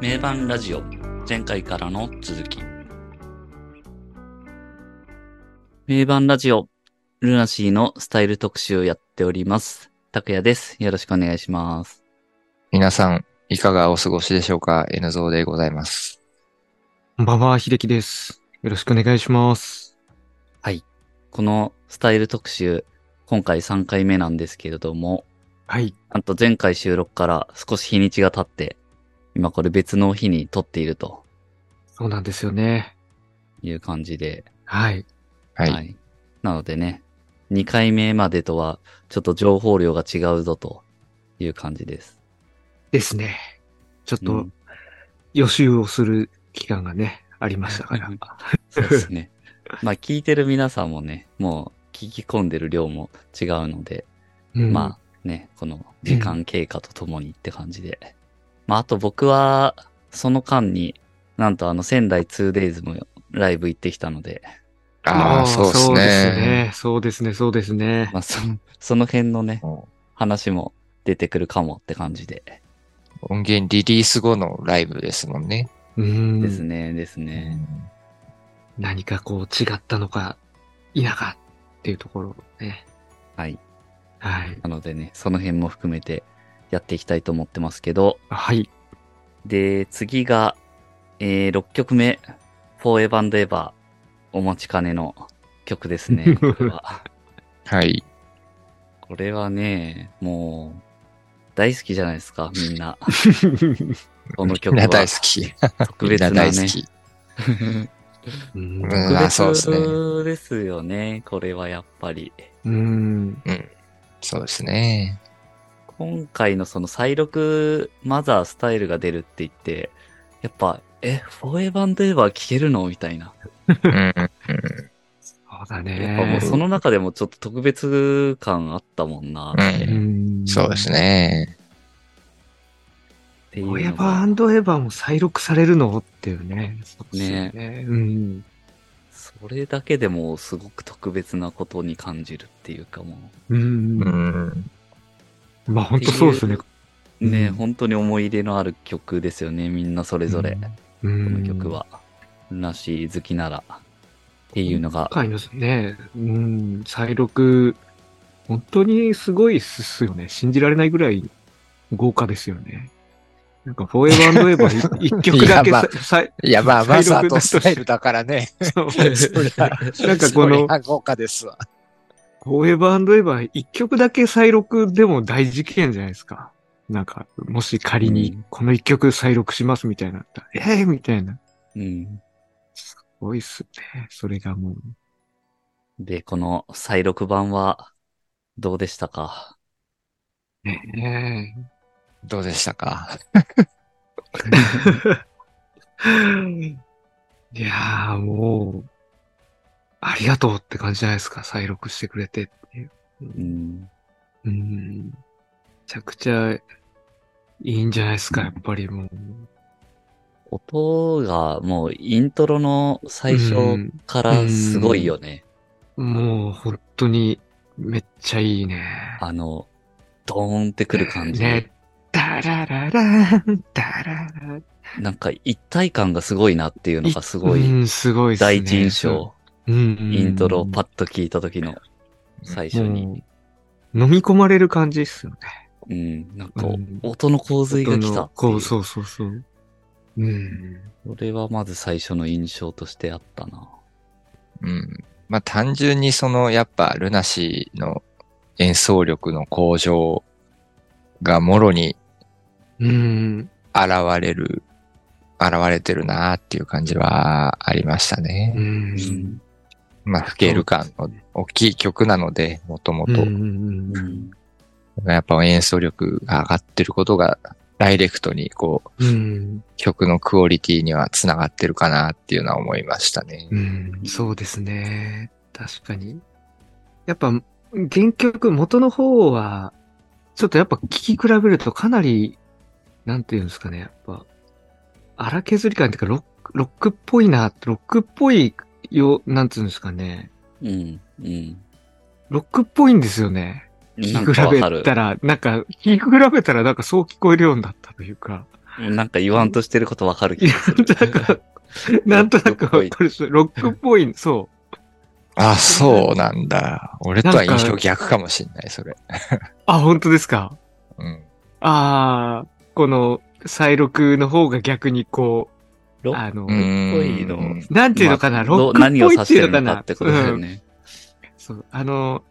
名盤ラジオ前回からの続き名盤ラジオルナシーのスタイル特集をやっております拓也ですよろしくお願いします皆さん、いかがお過ごしでしょうか ?N ゾーでございます。こんばんは、秀樹です。よろしくお願いします。このスタイル特集今回3回目なんですけれどもはい。なんと前回収録から少し日にちが経って今これ別の日に撮っているとそうなんですよね。いう感じではい。はい。なのでね、2回目までとはちょっと情報量が違うぞという感じです。ですね。ちょっうとん予習をする期間がね、ありましたからうん。そうですね。 まあ聞いてる皆さんもね、もう聞き込んでる量も違うので、うんまあね、この時間経過とともにって感じで。まああと僕は、その間に、なんとあの仙台 2days もライブ行ってきたので、ああ、そうですね。。そうですね、そうですね。まあそ その辺のね、も話も出てくるかもって感じで。う音源リリース後のライブですもんね。うでんす。ね、ですね。何かこう違ったのか、否かっていうところね。はい。はい。なのでね、その辺も含めてやっていきたいと思ってますけど、はい。で、次が、えー、6曲目、フォーエバンドエバー、お待ちかねの曲です ね。これははい。これはね、もう、大好きじゃないですか、みんな。この曲みんはな大好き。特みん別なな大ね。好き。うんうんあそうですね特別ですよね、これはやっぱり。うん。そうですね。今回のその再録マザースタイルが出るって言って、やっぱ、え、フォーエバンドエバー聴けるのみたいな。うんうんうんそうだやっぱもうね。その中でもちょっと特別感あったもんなって,、うそうです。ね。ていうフォーエのバーアがンドエバーも再録されるのっていうね。そうですよね。うん。それだけでもすごく特別なことに感じるっていうかもうんう。ん。まあ本当そうですね。うね、うん本当に思い入れのある曲ですよねみんなそれぞれ、ここの曲。はなし好きならっていうのが今回のね、うん、再録、本当にすごいっすよね。信じられないぐらい豪華ですよね。なんか、フォーエバーエバ ー一曲だいけやさま、さいや、 まあ、マ再録ザーだととしてスタイルだからね。 そうそりゃなんかそこのりゃ豪華ですわ。フォーエバーエバー一曲だけ再録でも大事件じゃないですか。なんか、もし仮うにんこの一曲再録しますみたいになったら、ええー、みたいな。うんすごいっすね。それがもう。でこの再録版はどうでしたかねえ。どうでしたか いやーもう、ありがとうって感じじゃないですか。再録してくれてっていう。 うんうん。めちゃくちゃいいんじゃないですか、やっぱりもう。音がもうイントロの最う初んからすごいよね、もう本当にめっちゃいいね。あの、ドーンってくる感じ。ね。ダラララン、ダララなんか一体感がすごいなっていうのがすごうい、ん、すごいっすね第一印象。うんうんイントロをパッと聞いた時の最初に。飲み込まれる感じっすよね。うん、なんかうん音の洪水が来たっていこう。う、そそうそうそう。うん。れはまず最初の印象としてあったな。うん。まあ単純にそのやっぱルナシーの演奏力の向上がもろにうん。現れる、現れてるなっていう感じはありましたうね。ん。まあスケール感の大きい曲なので、もともうんうと。んううんんやっぱ演奏力が上がってることがダイレクトにこううん。曲のクオリティにはつながってるかなっていうのは思いましたね。うん。そうですね。確かに。やっぱ、原曲、元の方は、ちょっとやっぱ聴き比べるとかなり、なんていうんですかね、やっぱ、荒削り感っていうか、ロック、ロックっぽいな、ロックっぽいよ、なんていうんですかね。うん。うん。ロックっぽいんですよね。な聞んかわかき比べる。たら、なんか、聞き比べたらなんかそう聞こえるようになったというか。なんか言わんとしてることわかる気が する。な んか、なんとなくわかるし、ロックっぽい、そあ、そうなんだ。俺とは印象逆かもしんない、それ。う。あ、本当ですかうん。ああ、この、再録の方が逆にこう、ロあの、っこいいのうんなんていうのかな、まあロッどクっ何をぽい指っしていてうるのかのな。かってことだようんね。そう、あの、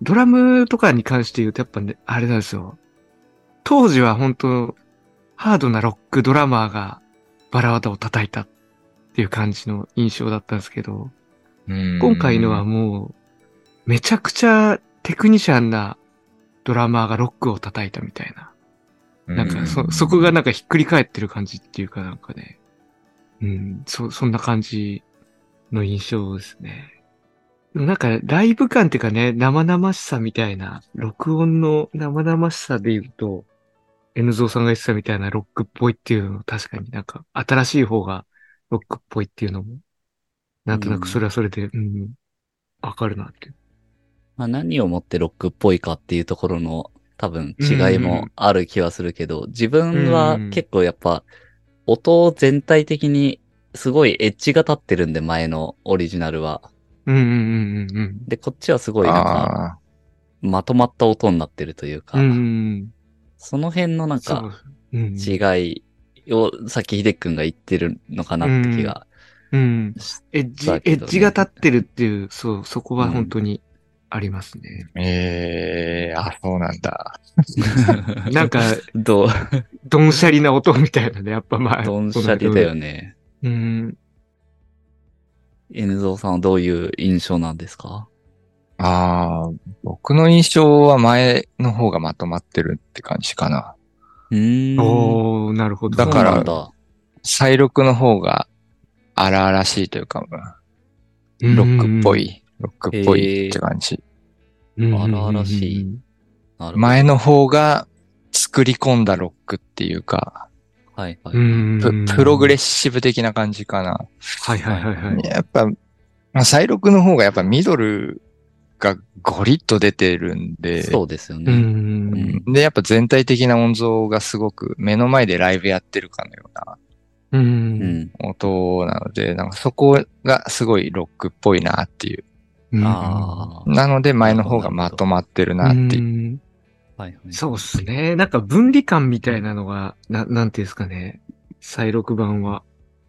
ドラムとかに関して言うとやっぱね、あれなんですよ。当時は本当ハードなロックドラマーがバラワタを叩いたっていう感じの印象だったんですけど、うん今回のはもう、めちゃくちゃテクニシャンなドラマーがロックを叩いたみたいな。なんかそ、そこがなんかひっくり返ってる感じっていうかなんかね。うん、そ、そんな感じの印象ですね。でもなんかライブ感っていうかね、生々しさみたいな、録音の生々しさで言うと、N ゾウさんが言ってたみたいなロックっぽいっていうの確かになんか新しい方がロックっぽいっていうのも、なんとなくそれはそれで、うん、わ、かるなって。まあ、何をもってロックっぽいかっていうところの多分違いもある気はするけど、自分は結構やっぱ音全体的にすごいエッジが立ってるんで、前のオリジナルは。うんうんうんうんうん。で、こっちはすごいなんかあまとまった音になってるというか、うんうんその辺のなんそかう、うん。違いをさっき秀くんが言ってるのかなって気が。うん。エッジ、だエけどねッジが立ってるっていう、そう、そこは本当にありま すね。あ。ええあ、そうなんだ。なんか、 どう、どんしゃりな音みたいなね、やっぱまあ。どんしゃりだよね。ね。うん。 N ゾウさんはどういう印象なんですかああ、僕の印象は前の方がまとまってるって感じかな。うーん。おー、なるほど。だからそうなんだ再録の方が荒々しいというか、うんロックっぽ。い、ロックっぽいって感じ。うん荒々しい。なるほど前の方が作り込んだロックっていうか、はいはい。うん。ププログレッシシブ的な感じかな。はいはいはいはい。やっぱ、まあ、再録の方がやっぱミドルがゴリッと出てるんで、そうですよね。うん。で、やっぱ全体的な音像がすごく目の前でライブやってるかのようなう。うんん。音なので、なんかそこがすごいロックっぽいなっていう。うんああ。なので前の方がまとまってるなっていう。うんはいはい。そうっすね。なんか分離感みたいなのが、な、なんていうんですかね。再録版は。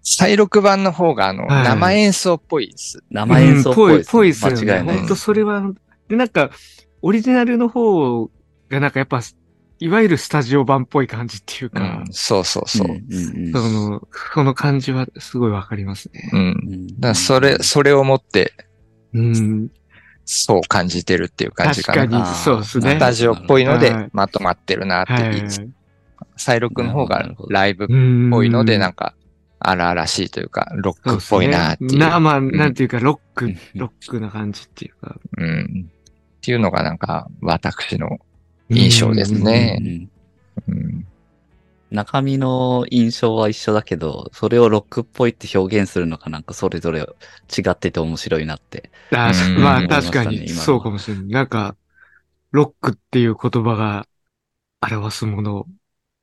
再録版の方があの、はい生演奏っぽいです。生演奏っぽいうんぽいっすよね。間違いないほんとそれは、で、なんか、オリジナルの方がなんかやっぱ、いわゆるスタジオ版っぽい感じっていううかん、、そうそうそう。うん。んその、その感じはすごいわかりますね。だからそれ、それをもって、うん。そう感じてるっていう感じ確かかな。に、そうですあースね。タジオっぽいのはでい、まとまってるなっていう。はい再録の方ながるほどライブっうんぽいので、なんか、か、荒々しいというか、ロッそクうっすぽねいなっていう。生、なんていうか、ロッうクん、ロックな感じっていうか。うん。っていうのがなんか、私の印象ですねう。んうん。中身の印象は一緒だけど、それをロックっぽいって表現するのかなんかそれぞれ違ってて面白いなって。あーうんま思あいま確したねか今に、のはそうかもしれない。なんか、ロックっていう言葉が表すもの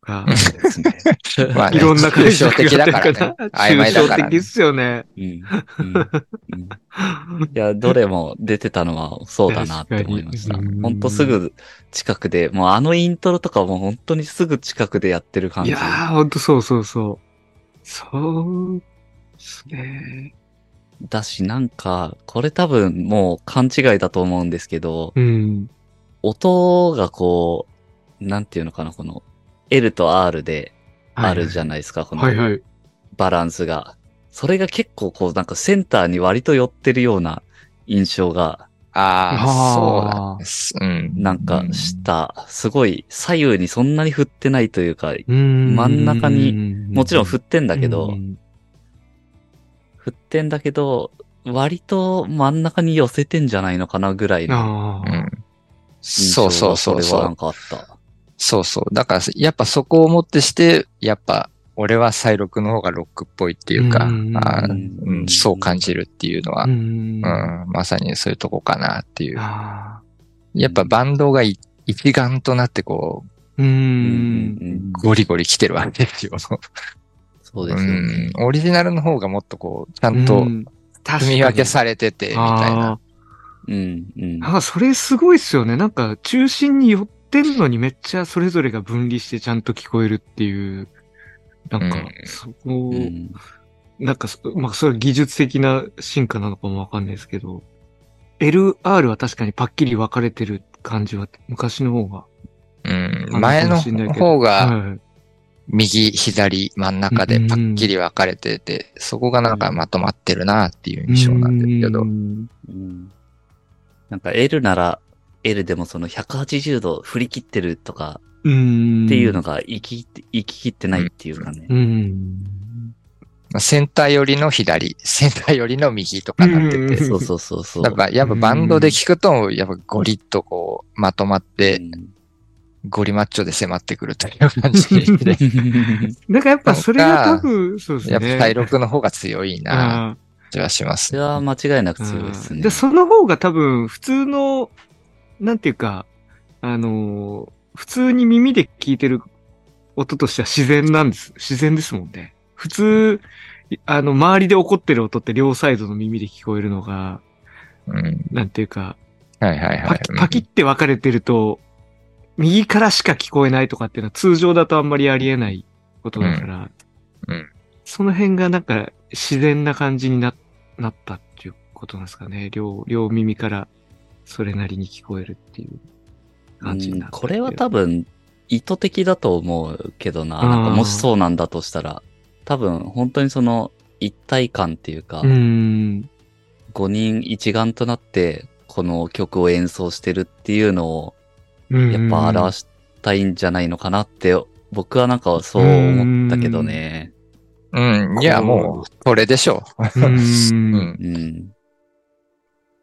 が、ですねまあねいろんな解抽釈象的だからね 曖昧だ抽象からね的っすよね。うんうんうんいや、どれも出てたのはそうだなって思いました。 確かにうんほんとすぐ近くで、もうあのイントロとかも本当にすぐ近くでやってる感いじ。やー、ほんとそうそうそう。そうですね。だし、なんか、これ多分もう勘違いだと思うんですけど、うん。音がこう、なんていうのかな、この L と R であるじゃん。ないですか、こはいのはい。バランスが。それが結構こう、なんかセンターに割と寄ってるような印象が、ああ、そうだね。うん。なんかした、すごい左右にそんなに振ってないというか、うん真ん中に、もちろん振ってんだけうど、ん振ってんだけど、割と真ん中に寄せてんじゃないのかなぐらいのあうあ。ん。印そ象うそがそううそれそはなんう。かあった。そうそう。だから、やっぱそこをもってして、やっぱ、俺は再録の方がロックっぽいっていうか、うんあーううんそう感じるっていうのは、うんうん、まさにそういうとこかなっていう。あやっぱバンドがい一丸となってこう、ううー。んんうんゴリゴリ来てるわけですよ。そううですよねん。。オリジナルの方がもっとこう、ちゃんとうん、積み分けされてて、みたいな。うん、うん。ああ、それすごいっすよね。なんか、中心に寄ってんのにめっちゃそれぞれが分離してちゃんと聞こえるっていう、なんうかん、そこ、うんなんかそ、まあ、それは技術的な進化なのかもわかんないですけど、LR は確かにパッキリ分かれてる感じは、昔の方が。うん。あ前のかもしんないけど方が、はい右、左、真ん中でうんパッキリ分かれてて、そこがなんかまとまってるなっていう印象なんですけどう。んうんなんか L なら L でもその180度振り切ってるとかっていうの。が行き生き切ってないっていうかねう。ん。まあセンター寄りの左、 センター寄りの右とかなってうんて。そうそうそうそう。 やっぱ、やっぱバンドで聞くと、やっぱゴリッとこう、まとまって、ゴリマッチョで迫ってくるという感じで。なんかやっぱそれが多分、そうですやっぱね。体力の方が強いなあ気はし まそすれね。は間違いなくあ強いですうんね。で、その方が多分、普通の、なんていうか、あのー普通に耳で聞いてる音としては自然なんです。自然ですもんね。普通、あの、周りで起こってる音って両サイドの耳で聞こえるのが、うん。なんていうか、はいはいはパいキ。パキって分かれてると、右からしか聞こえないとかっていうのは通常だとあんまりありえないことだから、うんうんその辺がなんか自然な感じにななったっていうことなんですかね。両、両耳からそれなりに聞こえるっていう感じになうんったこれは多分意図的だと思うけどな。うんなんかもしそうなんだとしたら、多分本当にその一体感っていうか、うん。 5人一丸となってこの曲を演奏してるっていうのをやっぱ表ししたいんじゃないのかなって、僕はなんかそう思ったけどね。うん。いや、もう、これでしょてう。う。うんん。うん。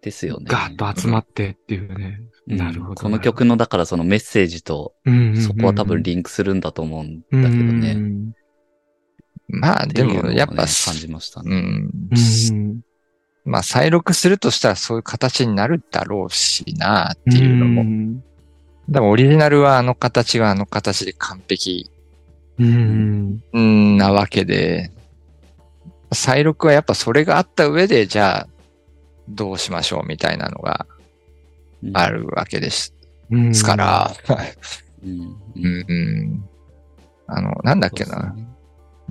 ですよね。ガーッと集まってっていうね。うんなるほどこの曲のだからそのメッセージと、そこは多分リンクするんだと思うんだけどうね。んまあ、でっていうのをも、ねやっぱ、感じましたうね。ん。うんまあ、再録するとしたらそういう形になるだろうしなっていうのも。でも、オリジナルはあの形はあの形で完璧うん。うんなわけで、再録はやっぱそれがあった上で、じゃあ、どうしましょうみたいなのがうんあ。るわけですうんですから、うん。 ううんんうんあの、なんだっけな、。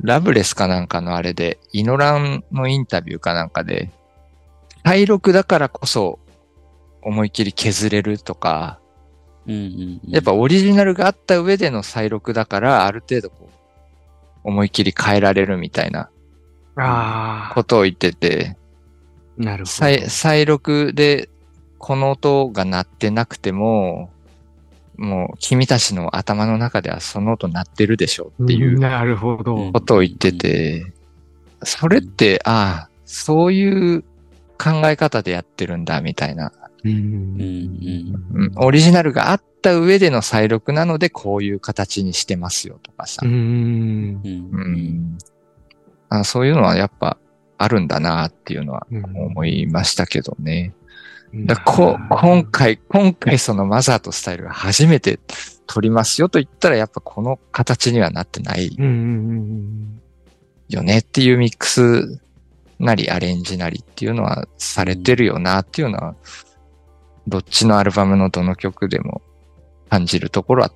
ラブレスかなんかのあれで、イノランのインタビューかなんかで、体力だからこそ思いっきり削れるとか、うんうんうん。やっぱオリジナルがあった上での再録だから、ある程度こう、思いっきり変えられるみたいなああこ、とを言ってて、なるほど。再再録でこの音が鳴ってなくても、もう君たちの頭の中ではその音鳴ってるでしょっていうなるほど。うんことを言ってて、それって、ああ、そういう考え方でやってるんだ、みたいな。うんうんうん。うんオリジナルがあった上での再録なので、こういう形にしてますよ、とかさう。うんうんんあそういうのはやっぱあるんだな、っていうのは思いましたけどね。だこ今回、今回そのマザーとスタイルが初めて撮りますよと言ったら、やっぱこの形にはなってないうんうんよねっていうミックスなりアレンジなりっていうのはされてるよなっていうのは、どっちのアルバムのどの曲でも感じるところは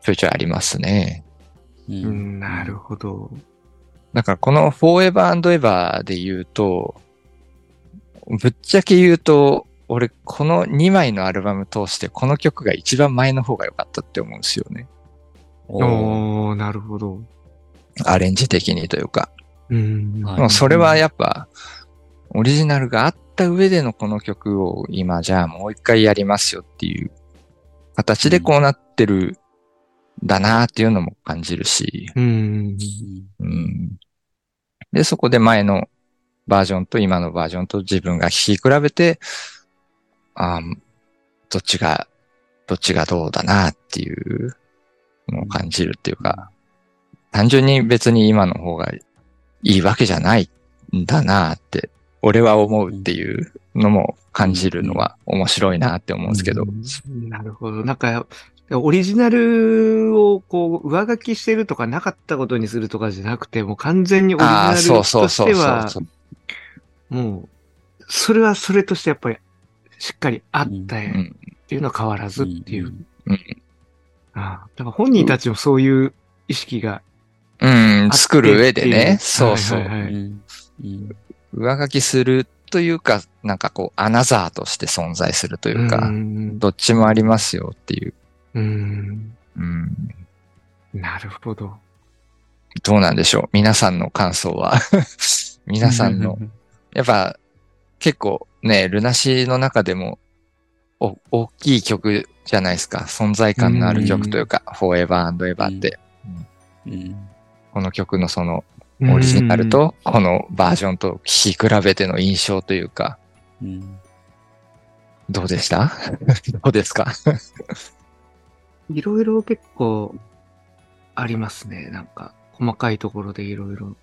ちょいちょいありますね。う。うんうんん。なるほど。だからこの Forever and Ever で言うと、ぶっちゃけ言うと、俺この2枚のアルバム通してこの曲が一番前の方が良かったって思うんですよね。おーおおなるほど。アレンジ的にというか。うん。はいでもそれはやっぱ、オリジナルがあった上でのこの曲を今じゃあもう一回やりますよっていう形でこうなってるんだなっていうのも感じるし、うん。うんで、そこで前のバージョンと今のバージョンと自分が聴き比べて、あーどっちが、どっちがどうだなっていうのを感じるっていうか、単純に別に今の方がいいわけじゃないんだなって、俺は思うっていうのも感じるのは面白いなって思うんですけど。なるほど。なんか、オリジナルをこう、上書きしてるとかなかったことにするとかじゃなくて、もう完全にオリジあナあ、ルそうとそうしそうてそうはそ、う。もう、それはそれとしてやっぱり、しっかりあったうっん。ていうのは変わらずっていう。うんああだから本人たちもそういう意識がうん、あって作る上でっていね。そうそう。はいはいはいうんうん上書きするというか、なんかこう、アナザーとして存在するというか、んどっちもありますよっていう。うん。うん。なるほど。どうなんでしょう皆さんの感想は。 皆さんの。 やっぱ、結構ね、ルナシーの中でも、お、大きい曲じゃないですか。存在感のある曲というか、フォーエバーエバーって、うんこの曲のその、オリジナルと、このバージョンと聴き比べての印象というか、うんどうでした どうですか うん。いろいろ結構ありますね。なんか、細かいところでいろいろ。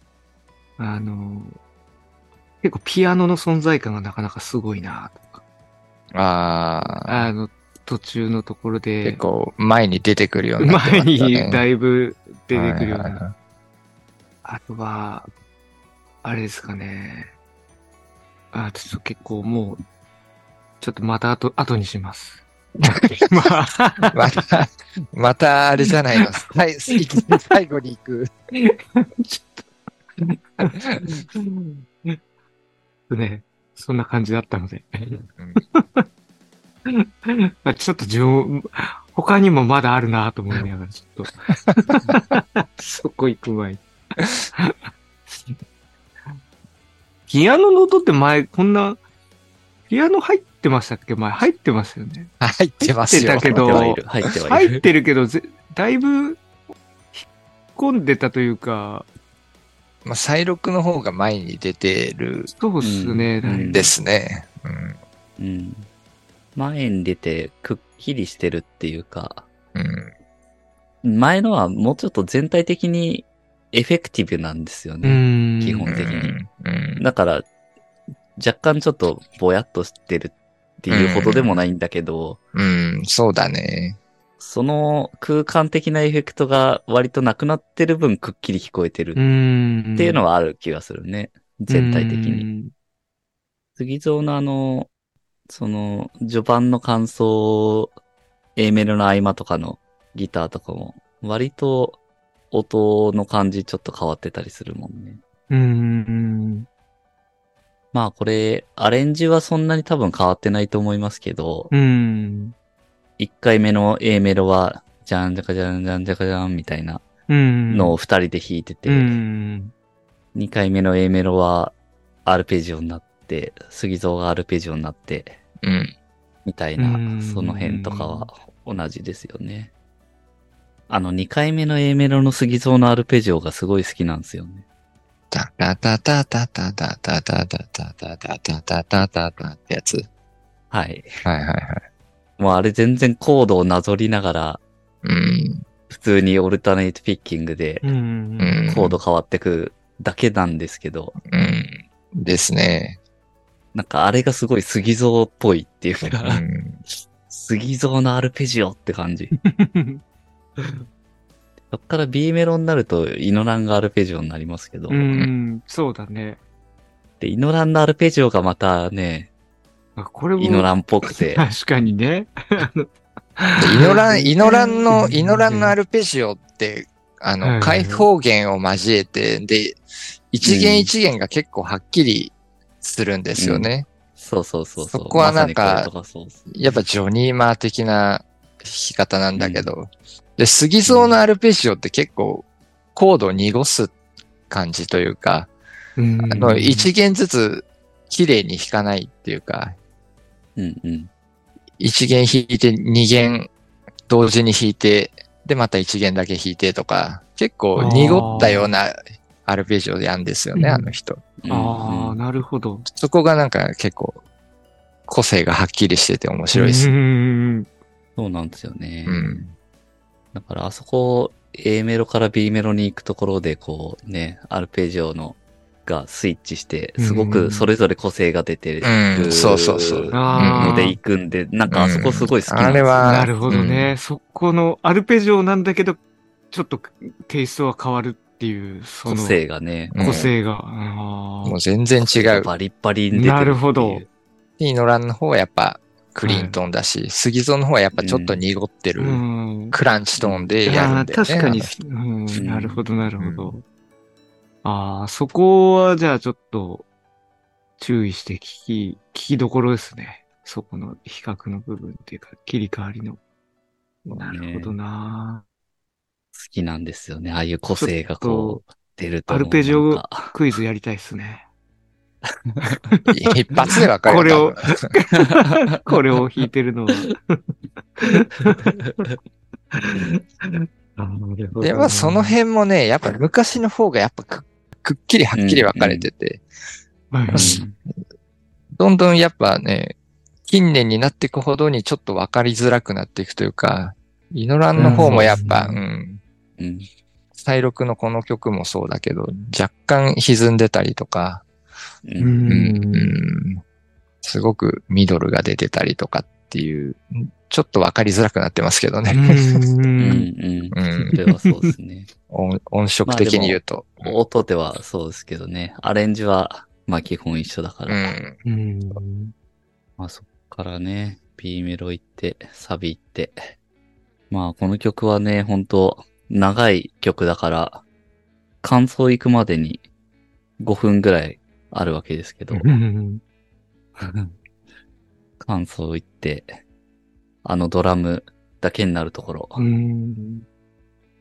あの、結構ピアノの存在感がなかなかすごいなとか。ああ、あの、途中のところで、結構前に出てくるようになってま前したね。にだいぶ出てくるようはいはいはな。あとは、あれですかね。あ、ちょっと結構もう、ちょっとまた後、後にします。 まあ、また、またあれじゃないの。はい、いきなり最後に行く。ちょっと。ね、そんな感じだったので。まあちょっと自分、他にもまだあるなと思いながら、ちょっと。そこ行く前に。ピアノの音って前、こんな、ピアノ入ってましたっけ前入ってますよね。入ってますよ。入ってたけど入ってはいる。入ってはいる。入ってるけど、ぜだいぶ、引っ込んでたというか、まあ、再録の方が前に出てるそうっすね。うんんだでいすね。うん。うん。前に出てくっきりしてるっていうか、うん。前のはもうちょっと全体的にエフェクティブなんですよぶうね。ん。基う本的にん。うんだから、若干ちょっとぼやっとしてるっていうほどでもないんだけど、うん。そうだね。その空間的なエフェクトが割となくなってる分くっきり聞こえてるうん。っていうのはある気がするね。全体的に。に。杉蔵のあの、その、序盤の感想、A メロの合間とかのギターとかも、割と音の感じちょっと変わってたりするもんね。うん。まあこれ、アレンジはそんなに多分変わってないと思いますけど、うん。 1回目の A メロは、じゃんじゃかじゃんじゃんじゃかじゃんみたいなうん。のを2人で弾いてて、うん。 2回目の A メロはアルペジオになって、杉蔵がアルペジオになって、うん。みたいなうん、その辺とかは同じですよね。あの、2回目の A メロの杉蔵のアルペジオがすごい好きなんですよね。たたたたたたたたたたたたたたたたたたってやつ。はい。はいはいはい。もうあれ全然コードをなぞりながら、うん。普通にオルタネイトピッキングでうん。うん。コード変わってくだけなんですけど、うん。ですね。なんかあれがすごい杉蔵っぽいっていううか、ん。杉蔵のアルペジオって感じ。そっから B メロになると、イノランがアルペジオになりますけど、うん。そうだね。で、イノランのアルペジオがまたね、あこれも。イノランっぽくて、確かにね。でイノラン、イノランの、イノランのアルペジオって、あはいの、はい開放弦を交えて、で、一弦一弦が結構はっきりするんですよね。そうそうそうう。そこはなんかまさにこれとそうそうやっぱジョニーマー的な弾き方なんだけど、で、杉蔵のアルペジオって結構コードを濁す感じというか、うんあの、一弦ずつ綺麗に弾かないっていうか、うんうん。一弦弾いて二弦同時に弾いて、で、また一弦だけ弾いてとか、結構濁ったようなアルペジオでやるんですよね、うんあの人。うんあうあ、んなるほど。そこがなんか結構個性がはっきりしてて面白いですう。ん。そうなんですよね。うん。だからあそこ、A メロから B メロに行くところで、こうね、アルペジオのがスイッチして、すごくそれぞれ個性が出てるうんそうそうそうあーので行くんで、なんかあそこすごい好きなんあですれよは、なるほどね。そこのアルペジオなんだけど、ちょっとテイストは変わるっていう、そ個の性がね、うん個性が。あーもう全然違う。バリッバリに出てるっていうなるほどティーノランの方はやっぱクリントンだし、杉蔵の方はやっぱちょっと濁ってる、うん。クランチトーンでやるあんーだよね。確かにあの、うん、なるほど、なるほど。うああ、そこはじゃあちょっと注意して聞き、聞きどころですね。そこの比較の部分っていうか、切り替わりの。なるほどな。好きなんですよね。ああいう個性がこう、出ると。アルペジオなんかクイズやりたいですね。一発でわかるよこれを多分 これを弾いてる のは。で、まあその辺もね、やっぱ昔の方がやっぱくくっきりはっきり分かれてて、はいはいどんどんやっぱね、近年になっていくほどにちょっと分かりづらくなっていくというか、イノランの方もやっぱ、ううんん、うん。再録のこの曲もそうだけど、若干歪んでたりとか、う。ううんんん。うんすごくミドルが出てたりとかっていう、ちょっと分かりづらくなってますけどね。うん。ううんん。うんそれはそうですね。音音色的に言うと。音ではそうですけどね。アレンジは、まあ基本一緒だから。うんうん。まあそっからね、B メロ行って、サビ行って。まあこの曲はね、ほんと、長い曲だから、感想行くまでに5分ぐらいあるわけですけど、うん感想行って、あのドラムだけになるところ、うん。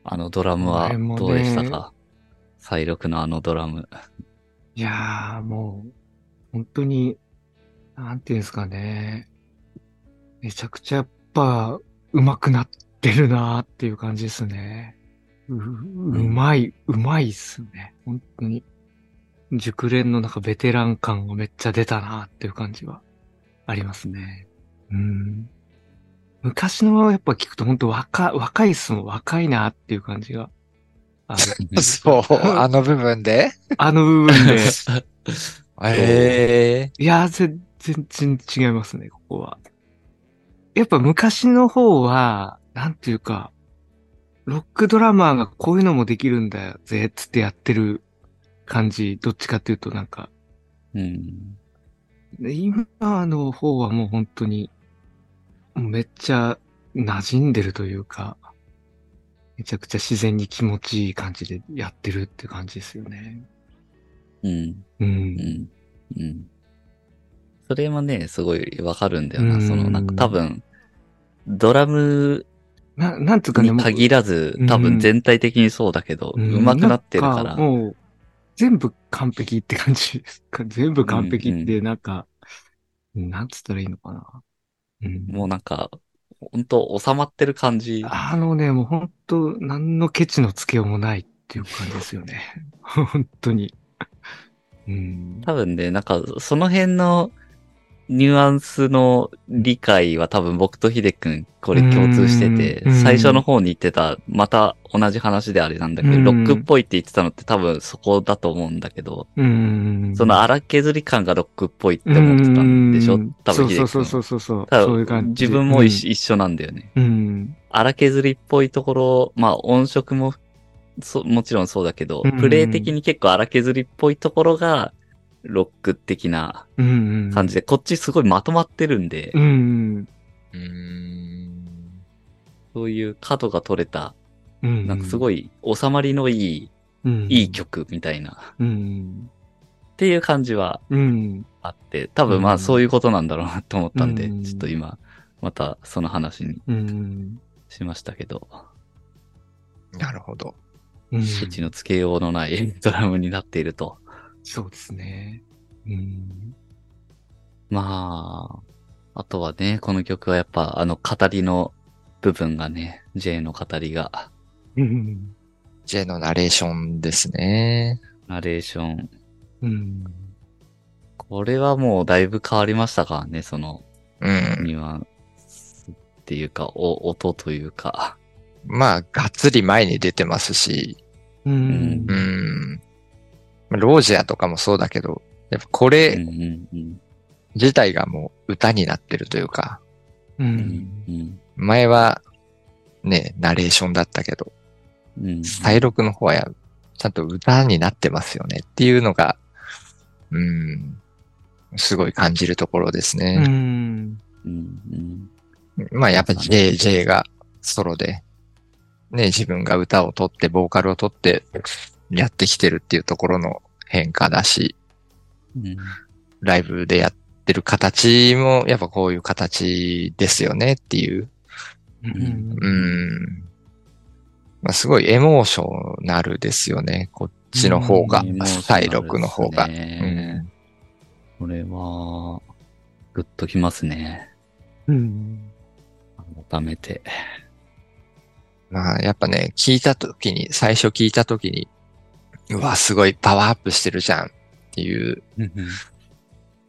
あのドラムはこれもねどうでしたか再録のあのドラ ム。いやー、もう、本当に、なんていうんですかね。めちゃくちゃやっぱ、上手くなってるなーっていう感じですね。う、うまい、うまいっすね。本当に。熟練のなんかベテラン感がめっちゃ出たなーっていう感じはありますね。うん。昔のやっぱ聞くと本当若、若いっすもん、若いなーっていう感じがある。そう、あの部分であの部分 で。ええいやー、ぜ全然違いますね、ここは。やっぱ昔の方は、なんていうか、ロックドラマーがこういうのもできるんだよぜ、つってやってる感じ、どっちかっていうとなんか、うん。今の方はもう本当に、めっちゃ馴染んでるというか、めちゃくちゃ自然に気持ちいい感じでやってるって感じですよね。うん。う。うんん。うん。それもね、すごいわかるんだよな。うんその、なんか多分、ドラムななんつうかね、にもう限らず、多うん分全体的にそうだけど、ん上手くなってるかなんら。もう、全部完璧って感じですか。 全部完璧って、なんか、なんつったらいいのかな。うん、もうなんか、ほんと収まってる感じ。あのね、もう本当何のケチのつけようもないっていう感じですよね。 本当に。うん。多分ね、なんか、その辺のニュアンスの理解は多分僕とヒデ君、これ共通しててうん、最初の方に言ってた、また同じ話であれなんだけうど、んロックっぽいって言ってたのって多分そこだと思うんだけど、うん。その荒削り感がロックっぽいって思ってたんでしょうん多分ヒデそう君。そうそうそうそう。多分そういう感じ。自分も一,、一緒なんだよね。うん。うん。荒削りっぽいところ、まあ音色もそ、もちろんそうだけど、うんプレイ的に結構荒削りっぽいところが、ロック的なうん。うん。感じで、こっちすごいまとまってるんで、うん。ー。うんそういう角が取れた、うん。なんかすい、ごい収まりのいい、うん、いい。曲みたいな、うん。っていう感じはうん。あって、多分まあそういうことなんだろうなと思ったんで、うんちょっと今、またその話にうん。しましたけど、なるほど。うんうちのつけようのない ドラムになっていると。そうですね。うん。まあ、あとはね、この曲はやっぱあの語りの部分がね、J の語りが、うん。 J のナレーションですね。ナレーション。うん。これはもうだいぶ変わりましたからね、そのうん。ニュアンスっていうか、お音というか。まあ、がっつり前に出てますし、うんうん。ロージアとかもそうだけど、やっぱこうれんうんうん自体がもう歌になってるというか、う。うんん前はね、ナレーションだったけど、うん再録の方はやちゃんと歌になってますよねっていうのが、うん、すごい感じるところですうね。ん。うんまあやっぱ J、J がソロで、ね、自分が歌を取って、ボーカルを取ってやってきてるっていうところの変化だし、うんライブでやってる形もやっぱこういう形ですよねっていう、うんうん、まあ、すごいエモーショナルですよね、こっちの方がエ、モーショナルですね再録の方が。うんこれは、グッときますね。うん。改めて。まあ、やっぱね、聞いたときに、最初聞いたときに、うわ、すごいパワーアップしてるじゃんっていう、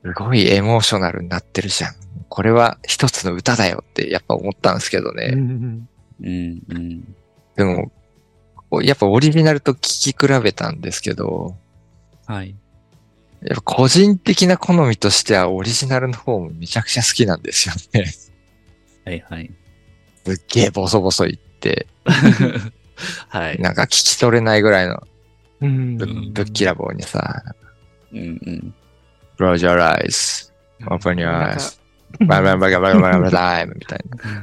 すごいエモーショナルになってるじゃん。これは一つの歌だよってやっぱ思ったんですけどうね。ん。うんうんでも、こうやっぱオリジナルと聞き比べたんですけど、はい。やっぱ個人的な好みとしてはオリジナルの方もめちゃくちゃ好きなんですよね。はい はい。すっげえボソボソ言って、はい。なんか聞き取れないぐらいのうんぶぶっきらぼうにさ、うんうん。 close your eyes, open your なんか eyes, バラバラバラバラバラタイムみたい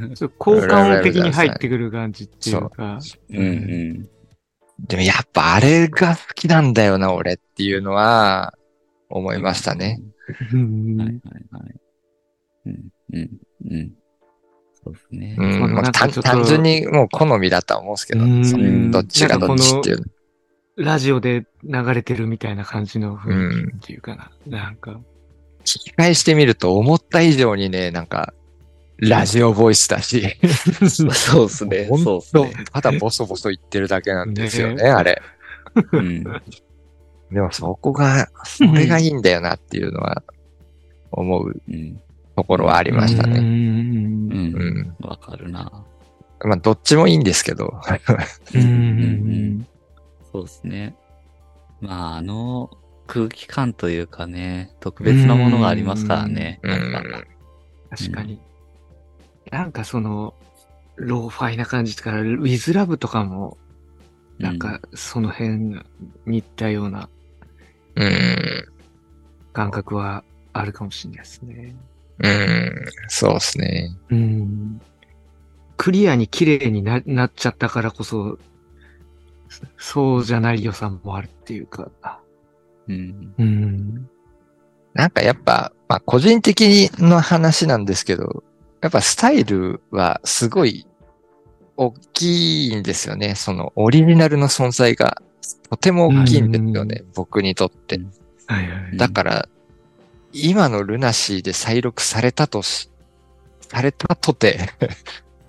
な。ちょっと効果音的に入ってくる感じっていうか。うんうん。でもやっぱあれが好きなんだよな、俺っていうのは思いましたね。。うんはいはいはい。うんうんうん。そうですね。うん、このまなあんか単ちょっと単純にもう好みだとは思うんですけど、うんそのどっちがどっちっていう。ラジオで流れてるみたいな感じの雰囲気っていうかな。なんか。聞き返してみると思った以上にね、なんか、ラジオボイスだし、そうですね。ほんそうですそうね。ただボソボソ言ってるだけなんですよね、ねあれ。うんでもそこが、それがいいんだよなっていうのは思ううんところはありいましたね。う。ね。うんん。わかるな。まあ、どっちもいいんですけど。 ううんん。そうですね。まあ、あの空気感というかね、特別なものがありますからね。うやっぱん。確かに。なんかその、ローファイな感じから、ウィズラブとかも、なん、かその辺に似たようなうん。感覚はあるかもしれないですね。うん。そうですね。うん。クリアに綺麗にななっちゃったからこそ、そそうじゃない良さもあるっていうか。うん。うん。なんかやっぱ、まあ、個人的な話なんですけど、やっぱスタイルはすごい大きいんですよね。そのオリジナルの存在がとても大きいんですよね。僕にとって。はいはい。だから、今のルナシーで再録されたとし、されたとて、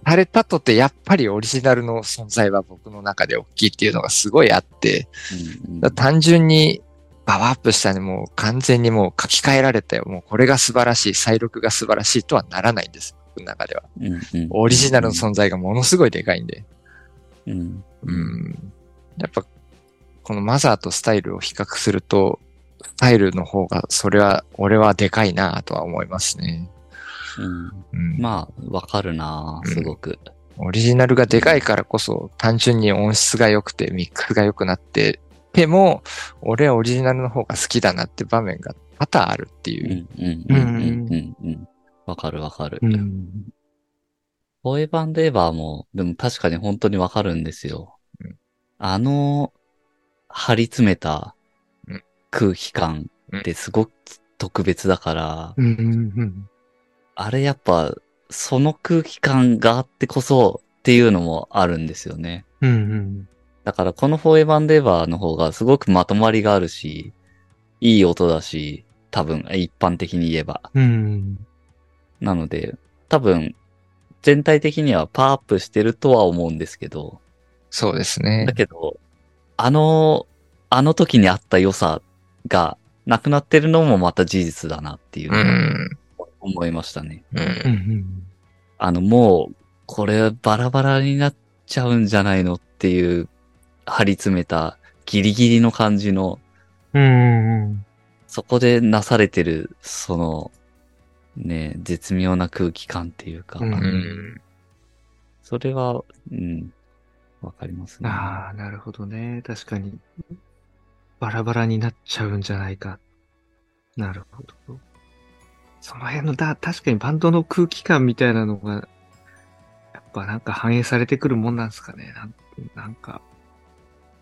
されたとて、やっぱりオリジナルの存在は僕の中で大きいっていうのがすごいあって、うんだから単純にパワーアップしたね、もう完全にもう書き換えられたよ。もうこれが素晴らしい、再録が素晴らしいとはならないんです。僕の中では。オリジナルの存在がものすごいでかいんで。うん。うん。やっぱ、このマザーとスタイルを比較すると、スタイルの方が、それは、俺はでかいなとは思いますね。うん。うん。まあ、わかるなうんすごく。オリジナルがでかいからこそ、単純に音質が良くて、ミックスが良くなって、でも、俺はオリジナルの方が好きだなって場面が多々あるってういんう。。うん。うん。うん。うんうん。わかるわかる。うん。ボーイバンドエバーも、でも確かに本当にわかるんですようん。あの、張り詰めたうん空気感ってすごく特別だから、うんうんあれやっぱ、その空気感があってこそっていうのもあるんですよね。うん。うんうん。だからこのフォーエバンデーバーの方がすごくまとまりがあるし、いい音だし、多分一般的に言えば。うん。なので、多分全体的にはパワーアップしてるとは思うんですけど、そうですねだ。けど、あの、あの時にあった良さがなくなってるのもまた事実だなっていううのん。を思いましたね。う。うんんあの、もう、これバラバラになっちゃうんじゃないのっていう、張り詰めたギリギリの感じのうん。うんうん。そこでなされてる、その、ね、絶妙な空気感っていうか、うんうん。それは、うん、わかりますね。ああ、なるほどね。確かに。バラバラになっちゃうんじゃないか。なるほど。その辺の、だ、確かにバンドの空気感みたいなのが、やっぱなんか反映されてくるもんなんですかね。なんなんか。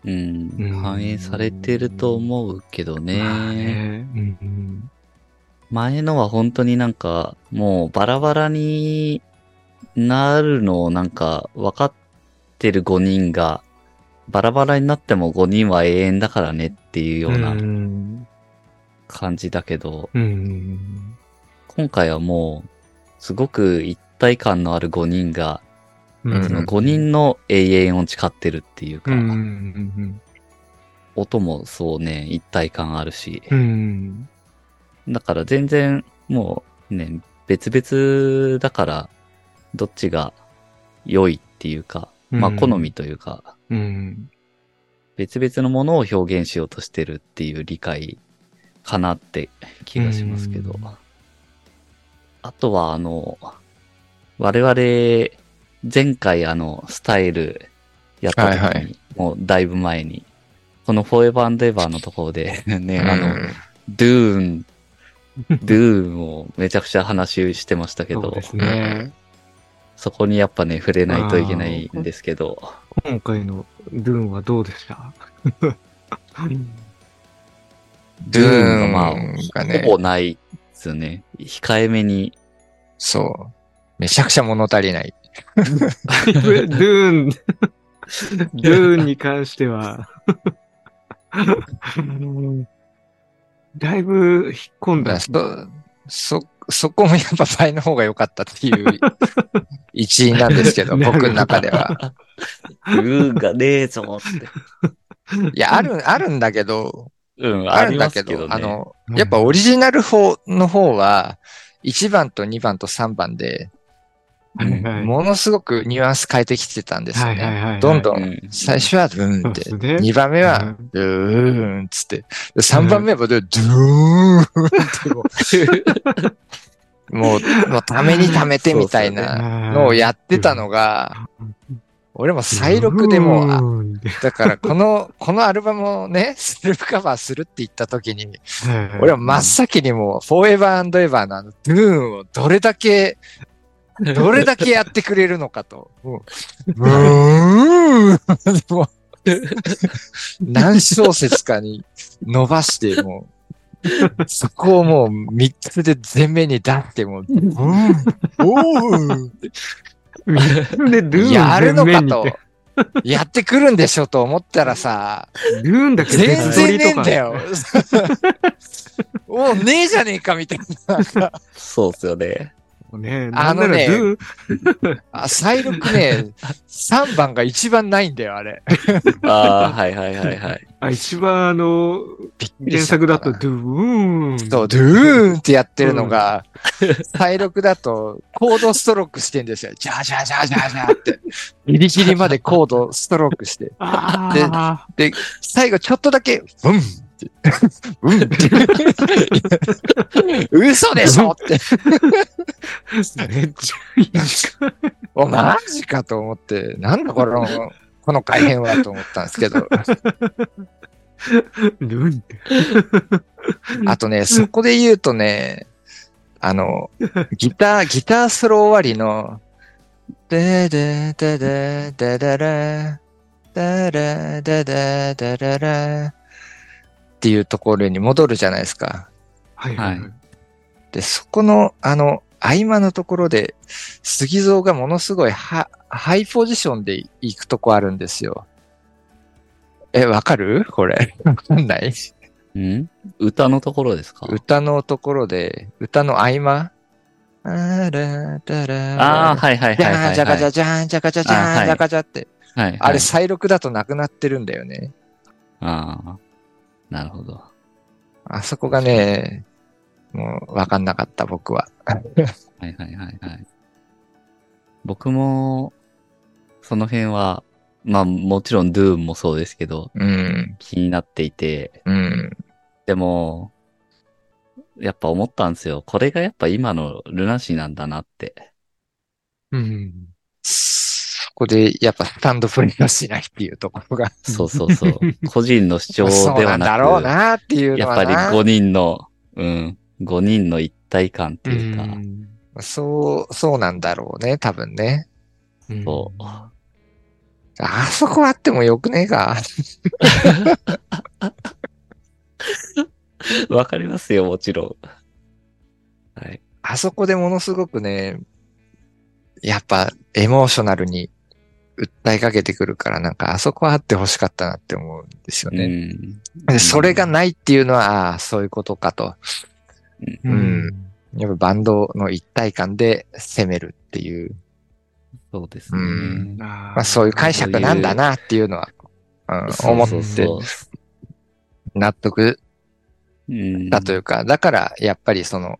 うんうん、反映されてると思うけどね。まあねうんうん前のは本当になんか、もうバラバラになるのをなんか分かってる5人が、バラバラになっても5人は永遠だからねっていうよううなん感じだけど、うんうん今回はもう、すごく一体感のある5人が、うんうんその5人の永遠を誓ってるっていうか、うんうん音もそうね、一体感あるし、うんうんだから全然もうね、別々だから、どっちが良いっていうか、まあうん好みというか、うん別々のものを表現しようとしてるっていう理解かなって気がしますけどうん。あとはあの、我々、前回あの、スタイルやった時に、はいはいもうだいぶ前に、このフォーエバーエバーのところで、ね、あの、ドゥー ン、ドゥーンをめちゃくちゃ話してましたけそうどで、すね。そこにやっぱね、触れないといけないんですけど、今回のルーンはどうでした ドゥーンまあがほね、ぼないですよね。控えめ に。そう。めちゃくちゃ物足りない。 ドゥーン、ドゥーンに関しては、だいぶ引っ込んまだあ。そ、そ、そこもやっぱ倍の方が良かったっていう一因なんですけど、なるほど僕の中では。うーがねえぞって。いや、ある、あるんだけど、うん、ああるりんだまけすけど、どあね。の、やっぱオリジナル方の方は、1番と2番と3番で、うんはいものすごくニュアンス変えてきてたんですよはいはいはいはねい。どんど、うんん最初はドゥーンって、そうですね2番目はうんドゥーンっつって、で3番目はドゥーンってこう、もう、もうためにためてみたいなのをやってたのが、俺も再録でもう、あうーんってだからこの、このアルバムをね、セルフカバーするって言った時に、はいはい俺は真っ先にもう、フォーエバーエバーのあの、ドゥーンをどれだ け、どれだけやってくれるのかと。もう、うーんもう何小節かに伸ばして、もう、そこをもう3つで全面に出して、もう、うーん、おーんで、ドゥーンやるのか全面にと。やってくるんでしょと思ったらさ、ドゥーンだけ全別撮然りねとえんか。だよ。 もうねえじゃねえかみたいな。そうっすよね。ね。あのねなんならドゥーンあ、再録ね、3番が一番ないんだよ、あれ。ああ、はいはいはいはい。あ、一番あの、びっくり原した作だとドゥーン。そう、ドゥーンってやってるのが、再録だとコードストロークしてんですよ。ジャージャージャージャージャーって。ギリギリまでコードストロークして。あ最後ちょっとだけ、うんって。うんって。嘘でしょって。あ、めっちゃいい時間。お、マジかと思って、なんだこの、この改変はと思ったんですけど。ドゥーンって。あとね、そこで言うとね、あの、ギター、ギターソロ終わりの、ででででででれ、でれででででれ、っていうところに戻るじゃないですか。はいはいはい。で、そこの、あの、合間のところで、杉蔵がものすごいハハイポジションで行くとこあるんですよ。え、わかるこれ。わかんないん歌のところですか歌のところで、歌の合間あらだらああ、はいはいじはいゃはんい。じゃかじはゃじゃんじゃかじゃじあゃはんいじゃかじゃって。いはい。あれ、再録だとなくなってるんだよね。ああ、なるほど。はあそこがね、もうわかんなかった、僕は。いはいはいはい。僕も、その辺は、まあもちろんドゥーンもそうですけど、うん、気になっていて、うん、でも、やっぱ思ったんですよ。これがやっぱ今のルナシーなんだなって。うん。そこで、やっぱスタンドプレーはしないっていうところが、そうそうそう。 個人の主張そうでなはんなく、だろうなっていうのやっはぱな。り5人の、うん、5人の一体感っていうか、そう、そうなんだろうね、多分ね。うんそう。あそこあってもよくねえか。わかりますよ、もちろん。はい。あそこでものすごくね、やっぱエモーショナルに訴えかけてくるから、なんかあそこはあってほしかったなって思うんですようね。ん。でそれがないっていうのは、ああ、そういうことかと。うんうんやっぱバンドの一体感で攻めるっていう、そうですね。うんあまあそういう解釈なんだなっていうのは、うん、そ思うっそうてそ納得う。うん。だというか、だからやっぱりその、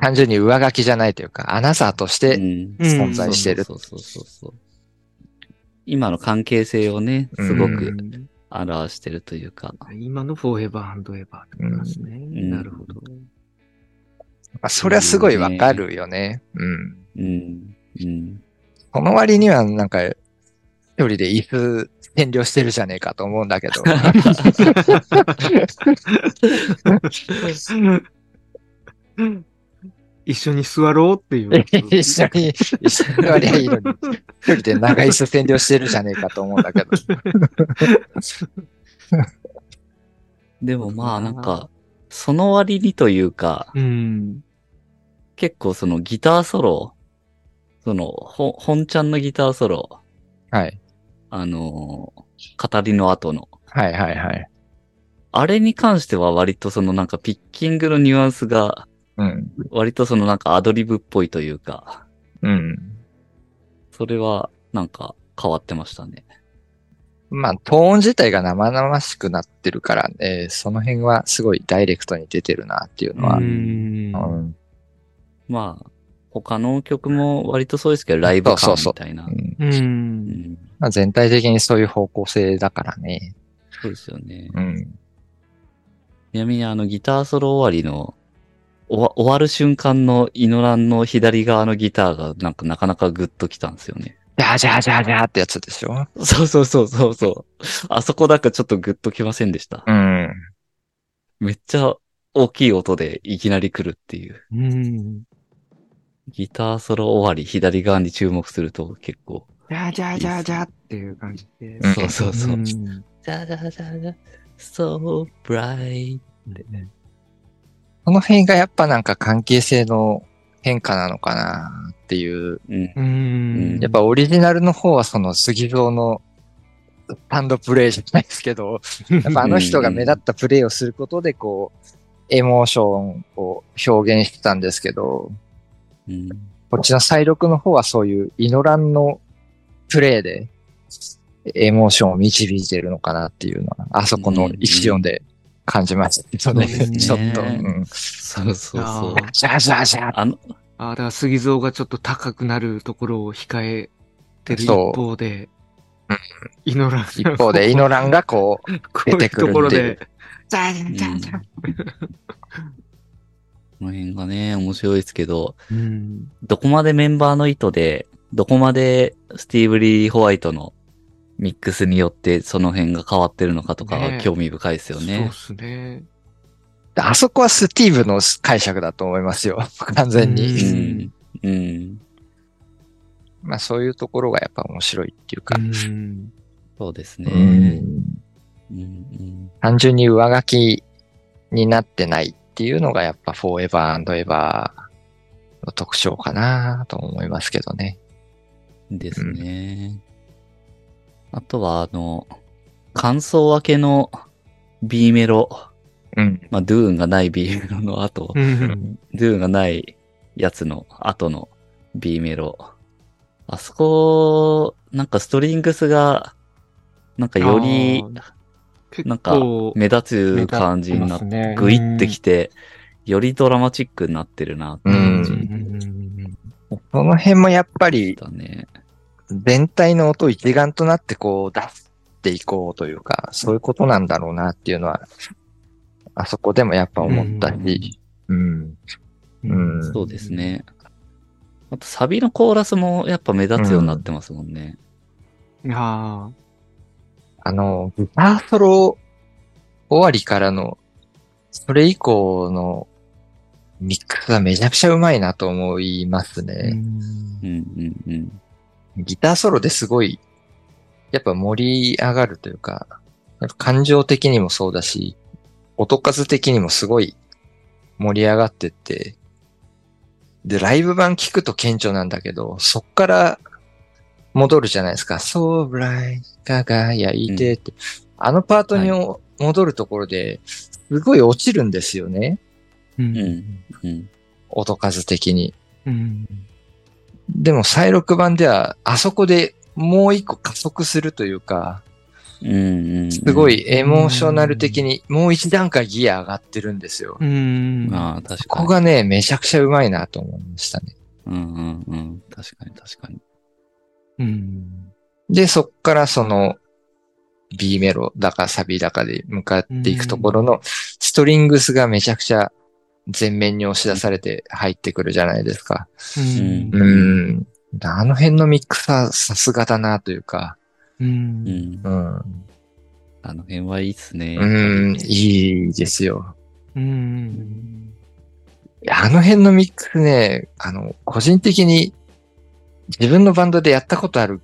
単純に上書きじゃないというか、アナザーとしうてんうん存在してる。そうそうそうそう。今の関係性をね、すごく表してるというか。今のフォーエバーエバーってことですね。んなるほど。 まあ、それはすごいわかるよね。うん。うん。うん。この割にはなんか、一人で椅子占領してるじゃねえかと思うんだけど。一緒に座ろうっていう。 一緒に、一緒に割りゃいいのに。一人で長椅子占領してるじゃねえかと思うんだけど。でもまあそうなだなんか、その割にというか、うん。結構そのギターソロ、その、ほ、本ちゃんのギターソロ、はい。あのー語りの後の、はいはいはい。あれに関しては割とそのなんかピッキングのニュアンスが、うん。割とそのなんかアドリブっぽいというか、うん。それはなんか変わってましたね。まあ、トーン自体が生々しくなってるから、ね、その辺はすごいダイレクトに出てるなっていうのは。ううんん。まあ、他の曲も割とそうですけど、ライブそ感うそうそうみたいな。うんうん。うんまあ、全体的にそういう方向性だからね。そうですよね。うん。ちなみにあのギターソロ終わりの、おわ終わる瞬間のイノランの左側のギターがなんかなかなかグッときたんですよね。じゃあじゃあじゃあじゃあってやつでしょそうそうそうそうそう。あそこなんかちょっとグッときませんでした。うん。めっちゃ大きい音でいきなり来るっていう。うん。ギターソロ終わり左側に注目すると結構。じゃあじゃあじゃあじゃあっていう感じで。うんそうそうそう。んじゃじゃじゃじゃ、so bright. この辺がやっぱなんか関係性の変化なのかなっていう。うん。うん。やっぱオリジナルの方はその杉蔵のスタンドプレイじゃないですけ ど、やっぱあの人が目立ったプレイをすることでこう、エモーションを表現してたんですけど、うん。こっちの再録の方はそういうイノランのプレイでエモーションを導いてるのかなっていうのは、あそこの一音で感じましたけどね。うんうんちょっと。ねうん、そうそうそう。じゃあじゃあじゃああの、ああ、だから杉蔵がちょっと高くなるところを控えてる一そう方でうん、祈らん一方で、イノランがこう、出こういてうくるところっていうで、じゃあじゃあじゃあじゃあこの辺がね、面白いですけど、うん。どこまでメンバーの意図で、どこまでスティーブ・リー・ホワイトのミックスによってその辺が変わってるのかとかねえ興味深いですよそうねっ。すね。あそこはスティーブの解釈だと思います よ。完全う。に。そうんうん。まあそういうところがやっぱ面白いっていうか。うん。そうですうね。んうんうん単純に上書きになってないっていうのがやっぱフォーエバーエバーの特徴かなと思いますけどね。ですね。あとは、あの、感想分けの B メロ、うん。まあ、ドゥーンがない B メロの後、うん。ドゥーンがないやつの後の B メロ。あそこ、なんかストリングスが、なんかよりあ結なんか構、目立つ感じになって、てグイってきて、よりドラマチックになってるなって感うじんうでんうんその辺もやっぱしりたね。全体の音一丸となってこう出していこうというか、そういうことなんだろうなっていうのはあそこでもやっぱ思ったり、うん。うんそうです。ね。あとサビのコーラスもやっぱ目立つようになってますもんね。ああの、ギターソロ終わりからの、それ以降のミックスはめちゃくちゃうまいなと思いますあ。ね。うんうんうん。ギターソロですごい、やっぱ盛り上がるというか、やっぱ感情的にもそうだし、音数的にもすごい盛り上がってって、で、ライブ版聞くと顕著なんだけど、そっから戻るじゃないですか。そう、ブライガガやいてって、あのパートにお戻るところで、すごい落ちるんですよね。ううん。うん。音数的に。うん。でも、再録版では、あそこでもう一個加速するというか、うんうん。すすご。いエモーショナル的にもう一段階ギア上がってるんですよ。うん。ああ、確こかこに。がね、めちゃくちゃうまいなと思いましたね。うんうんうん。確かに確かに。うん。で、そっからその B メロだかサビだかで向かっていくところのストリングスがめちゃくちゃ前面に押し出されて入ってくるじゃないですか。うんう。ん。あの辺のミックスはさすがだなというか、うん。うん。うん。あの辺はいいっすね。うん、いいですよ。うん。いやあの辺のミックスね、あの、個人的に自分のバンドでやったことある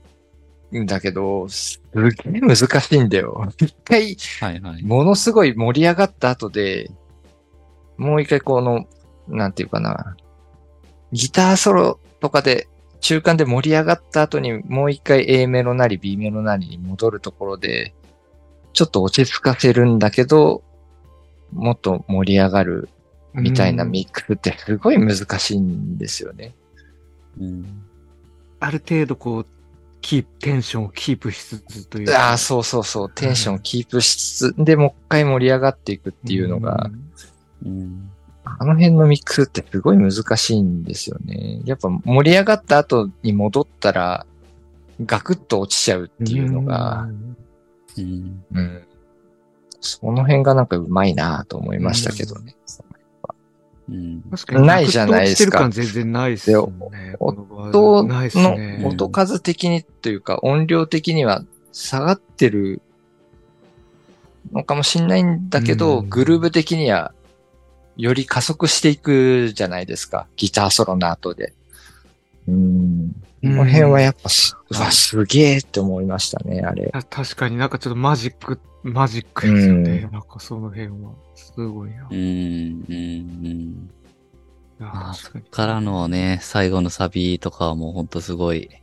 んだけど、すっげえ難しいんだよ。一回、はいはい。ものすごい盛り上がった後で、もう一回この、なんていうかな、ギターソロとかで、中間で盛り上がった後にもう一回 A メロなり B メロなりに戻るところで、ちょっと落ち着かせるんだけど、もっと盛り上がるみたいなミックスってすごい難しいんですよね。うん。ある程度こう、キープ、テンションをキープしつつというか。ああ、そうそうそう。テンションをキープしつつ、で、もう一回盛り上がっていくっていうのが、うん。あの辺のミックスってすごい難しいんですよね。やっぱ盛り上がった後に戻ったら、ガクッと落ちちゃうっていうのが、うん。うん。その辺がなんかうまいなと思いましたけどね。うん。確かに。ないじゃないですか落ちてる感全然ないっすよね。おこの場合音ないっすのね。音数的にというか音量的には下がってるのかもしんないんだけど、うんグルーブ的にはより加速していくじゃないですか。ギターソロの後で。うん。この辺はやっぱす、うわ、すげえって思いましたね、あれ。た確かになんかちょっとマジック、マジックですよね。なんかその辺は。すごいな。うん。いうん。やあ確かに。からのね、最後のサビとかはもうほんとすごいで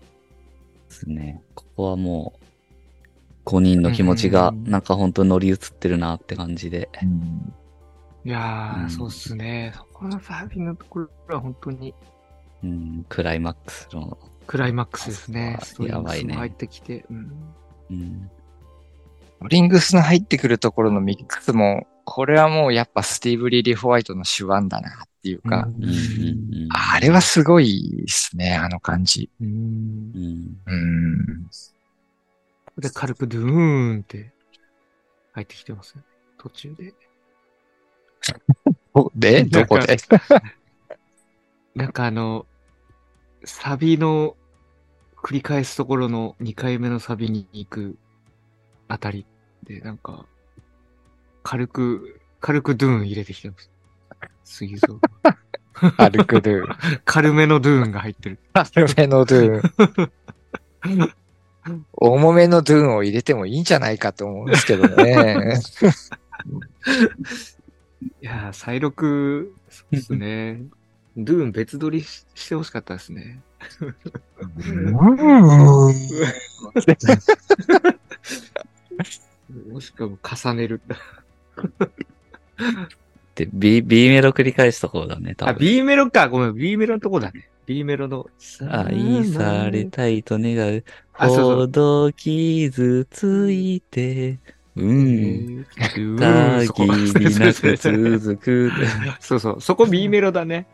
すね。ここはもう、5人の気持ちが、うんなんかほんと乗り移ってるなって感じで。うんいやー、うんそうっすね。そこのサービのところは本当にうん、クライマックスの。クライマックスですね。あストリやングばスいねも入ってきて。うんうん。ストリングスの入ってくるところのミックスも、これはもうやっぱスティーブ・リリー・ホワイトの手腕だなっていうか、うん、うん、うん。あれはすごいですね、あの感じ。うんうん。うん。で、軽くドゥーンって入ってきてますよね。途中で。おでどこで なんかあの、サビの繰り返すところの2回目のサビに行くあたりで、なんか、軽く、軽くドゥーン入れてきてます。水蔵。 アルクドゥ。軽めのドゥーンが入ってる。アルメのドゥーン。重めのドゥーンを入れてもいいんじゃないかと思うんですけどね。いやー、再録、そうですね。ドゥーン別撮りししてほしかったですね。 もしくはもう重ねる。で、B、B メロ繰り返すところだね、多分。あ、B メロか。ごめん、B メロのとこだね。B メロの。あ、いされたいと願う。あそうそうほど傷ついて、うえん。ー。たそぎこりな く続く。そうそう。そこ B メロだね。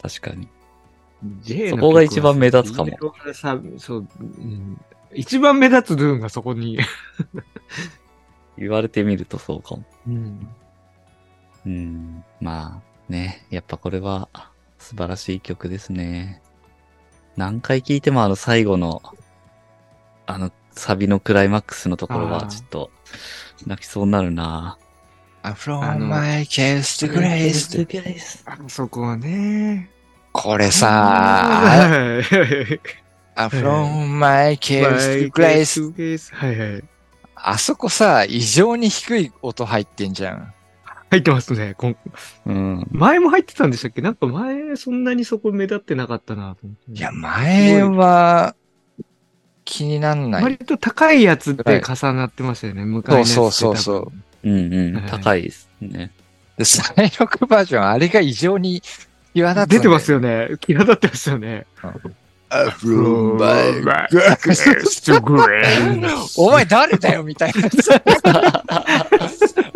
確かに。 J そこが一番目立つかも B メロがさそう、うん一番目立つドゥーンがそこに言われてみるとそうかも。うん。うん。まあ、ね。やっぱこれは素晴らしい曲ですね。何回聴いてもあの最後の、あの、サビのクライマックスのところあはーちょっと泣きそうになるな I'm from あの my kiss to grace って。あそこはね。これさ、はい。 I'm from my kiss to grace。ス。はいはい。あそこさ、異常に低い音入ってんじゃん。入ってますね。こんうん。前も入ってたんでしたっけなんか前、そんなにそこ目立ってなかったなと思って。いや、前は気になんない割。と高いやつって重なってましたよね、向かいのやつってそうそうそうそう多分うんうはん。い高いですね。で、再録バージョン、あれが異常に際立つ。出てますよ。よね。際立ってますよね。 I'm from my バ kiss to グレ grace お前誰だよ みたいなさ。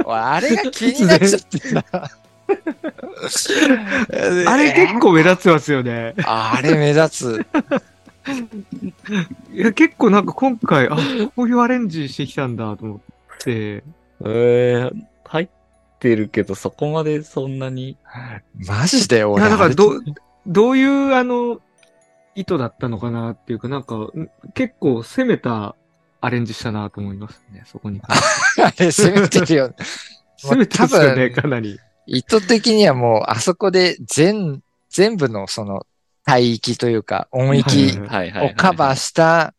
俺あれが気になっちゃってさ。 あれ結構目立ってますよね。あれ目立つ。いや、結構なんか今回、あ、こういうアレンジしてきたんだと思って。えー、入ってるけどそこまでそんなに。マジでい俺。や、だあかられどう、どういうあの、意図だったのかなっていうか、なんか、ん結構攻めたアレンジしたなと思いますね、そこに関して。あれ攻めてるよ。攻めてますよね、多分か なり。意図的にはもう、あそこで全、全部のその、帯域というか、音域はいはい。をカバーしした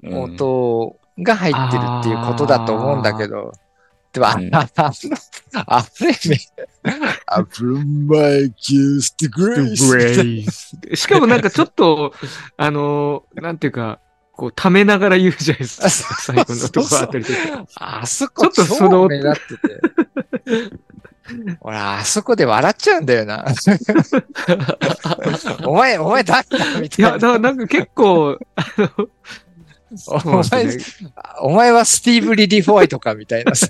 て音が入ってるっていうことだと思うんだけど、でも、あうんああの、あれめ、あぶんまいキュスティグレイス。しかもなんかちょっ と、あの、なんていうか、こう、溜めながら言うじゃない ですか、最後のとこあたりで。あそこ、ちょっとその超目立ってて。俺、あそこで笑っちゃうんだよな。お前、お前誰だみいたいや、なだ。からなんか結構、あの、おそうなん前ですよね、お前はスティーブ・リディ・フォイとかみたいなさ。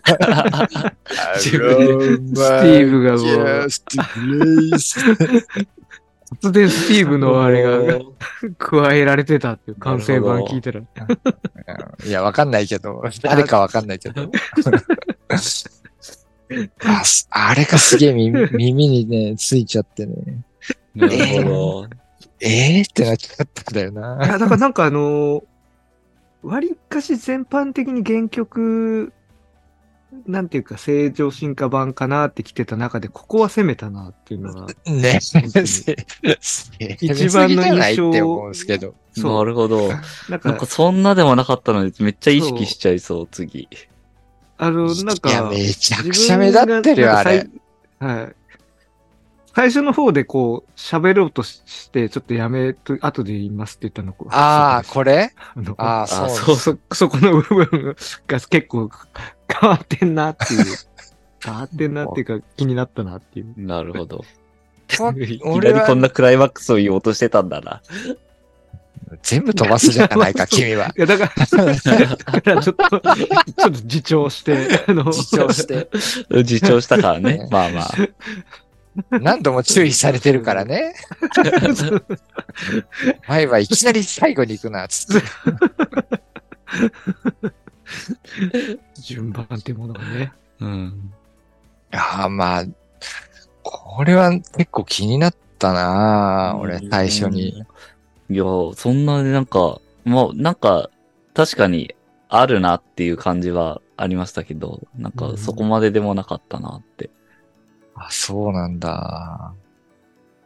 スティーブがもう、スティーブがもう。突然スティーブのあれ が加えられてたっていう完成版聞いたら。。いや、わかんないけど、誰かわかんないけど。あすあれがすげえ耳耳にね、ついちゃってね。なるほど。えーってなっちゃったんだよないや、だからなんかあのー 割かし全般的に原曲、なんていうか、正常進化版かなって来てた中で、ここは攻めたなっていう のが、ね。一一番の印象って思うんですけど。そなう、るほど。なんか、なんかそんなでもなかったのにめっちゃ意識しちゃいそう、次。あの、なんか、いや、めちゃくちゃ目立ってるよ、あれ自。分が。なんかさいはい。最初の方でこう、喋ろうとしして、ちょっとやめと、後で言いますって言ったのこうああ、そこれうですあのああ、あそう。そうそ、 そこの部分が結構変わってんなって いう。変わってんなっていうか気になったなっていう。なるほど。こいきいき俺なりこんはなクライマックスを言おうとしてたんだな。全部飛ばすじゃないか、君 は。いや、だから、 だからちょっと、ちょっと自重して、あの、自重して。自重したからね ね。まあまあ。何度も注意されてるからね。お前はいきなり最後に行くな、つ って。順番っていうものがね。うん。ああ、まあ、これは結構気になったな俺、最初に。いや、そんなになんか、まあ、なんか、確かにあるなっていう感じはありましたけど、なんうかんそこまででもなかったなって。あ、そうなんだ。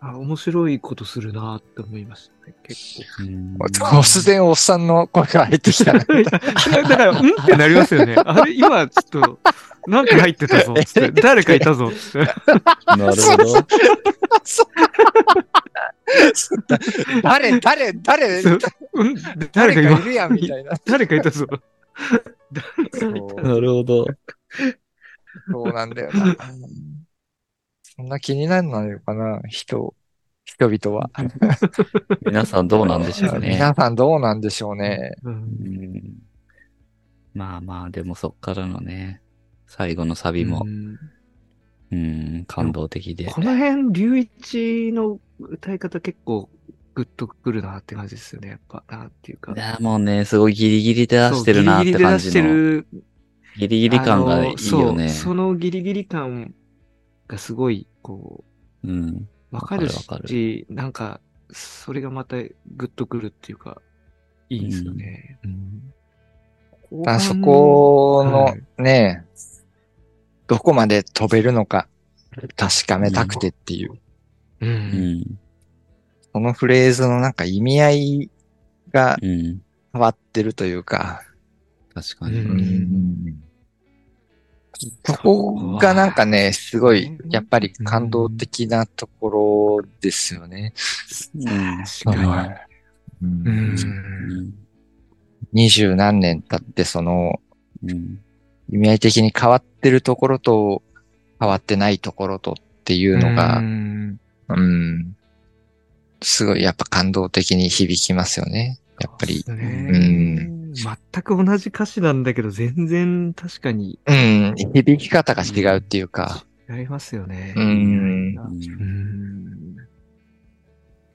あ、面白いことするなって思いましたね、結構。うん突然おっさんの声が入ってき たね。いや だから、うんってなりますよね。 あれ、今、ちょっと、なんか入って たぞ、つって。誰かいたぞ、つ って。なるほど。誰、誰、誰、そううん、誰誰かかい今、るやん、みたいな。誰かいたぞ。そうなるほど。そうなんだよな。そんな気になるのかな、人、人々は。皆さんどうなんでしょうね。皆さんどうなんでしょうね。うんうんまあまあ、でもそっからのね、最後のサビもう、んうん、感動的で。この辺、龍一の歌い方結構グッとくるなって感じですよね。やっぱ、なんていうか。いや、もうね、すごいギリギリで出してるなってそうギリギリで感出しじての。るギリギリ感がいいよあのね。そうそのギリギリ感がすごい、こうん。う、わかるし、わかるわかなんか、それがまたグッとくるっていうか、いいですよね。うんあそこはのいね、どこまで飛べるのか確かめたくてっていう、うんうん。このフレーズのなんか意味合いがうん。変わってるというか、確かに。ううんそこがなんかね、すごい、やっぱり感動的なところですよね。ん確かにはううんん。二十何年経って、その、うん。意味合い的に変わってるところと、変わってないところとっていうのが、うんうん。すごい、やっぱ感動的に響きますよね。やっぱり。そうですうね全く同じ歌詞なんだけど、全然確かにうん。響き方が違うっていうか。違いますよね。うんう。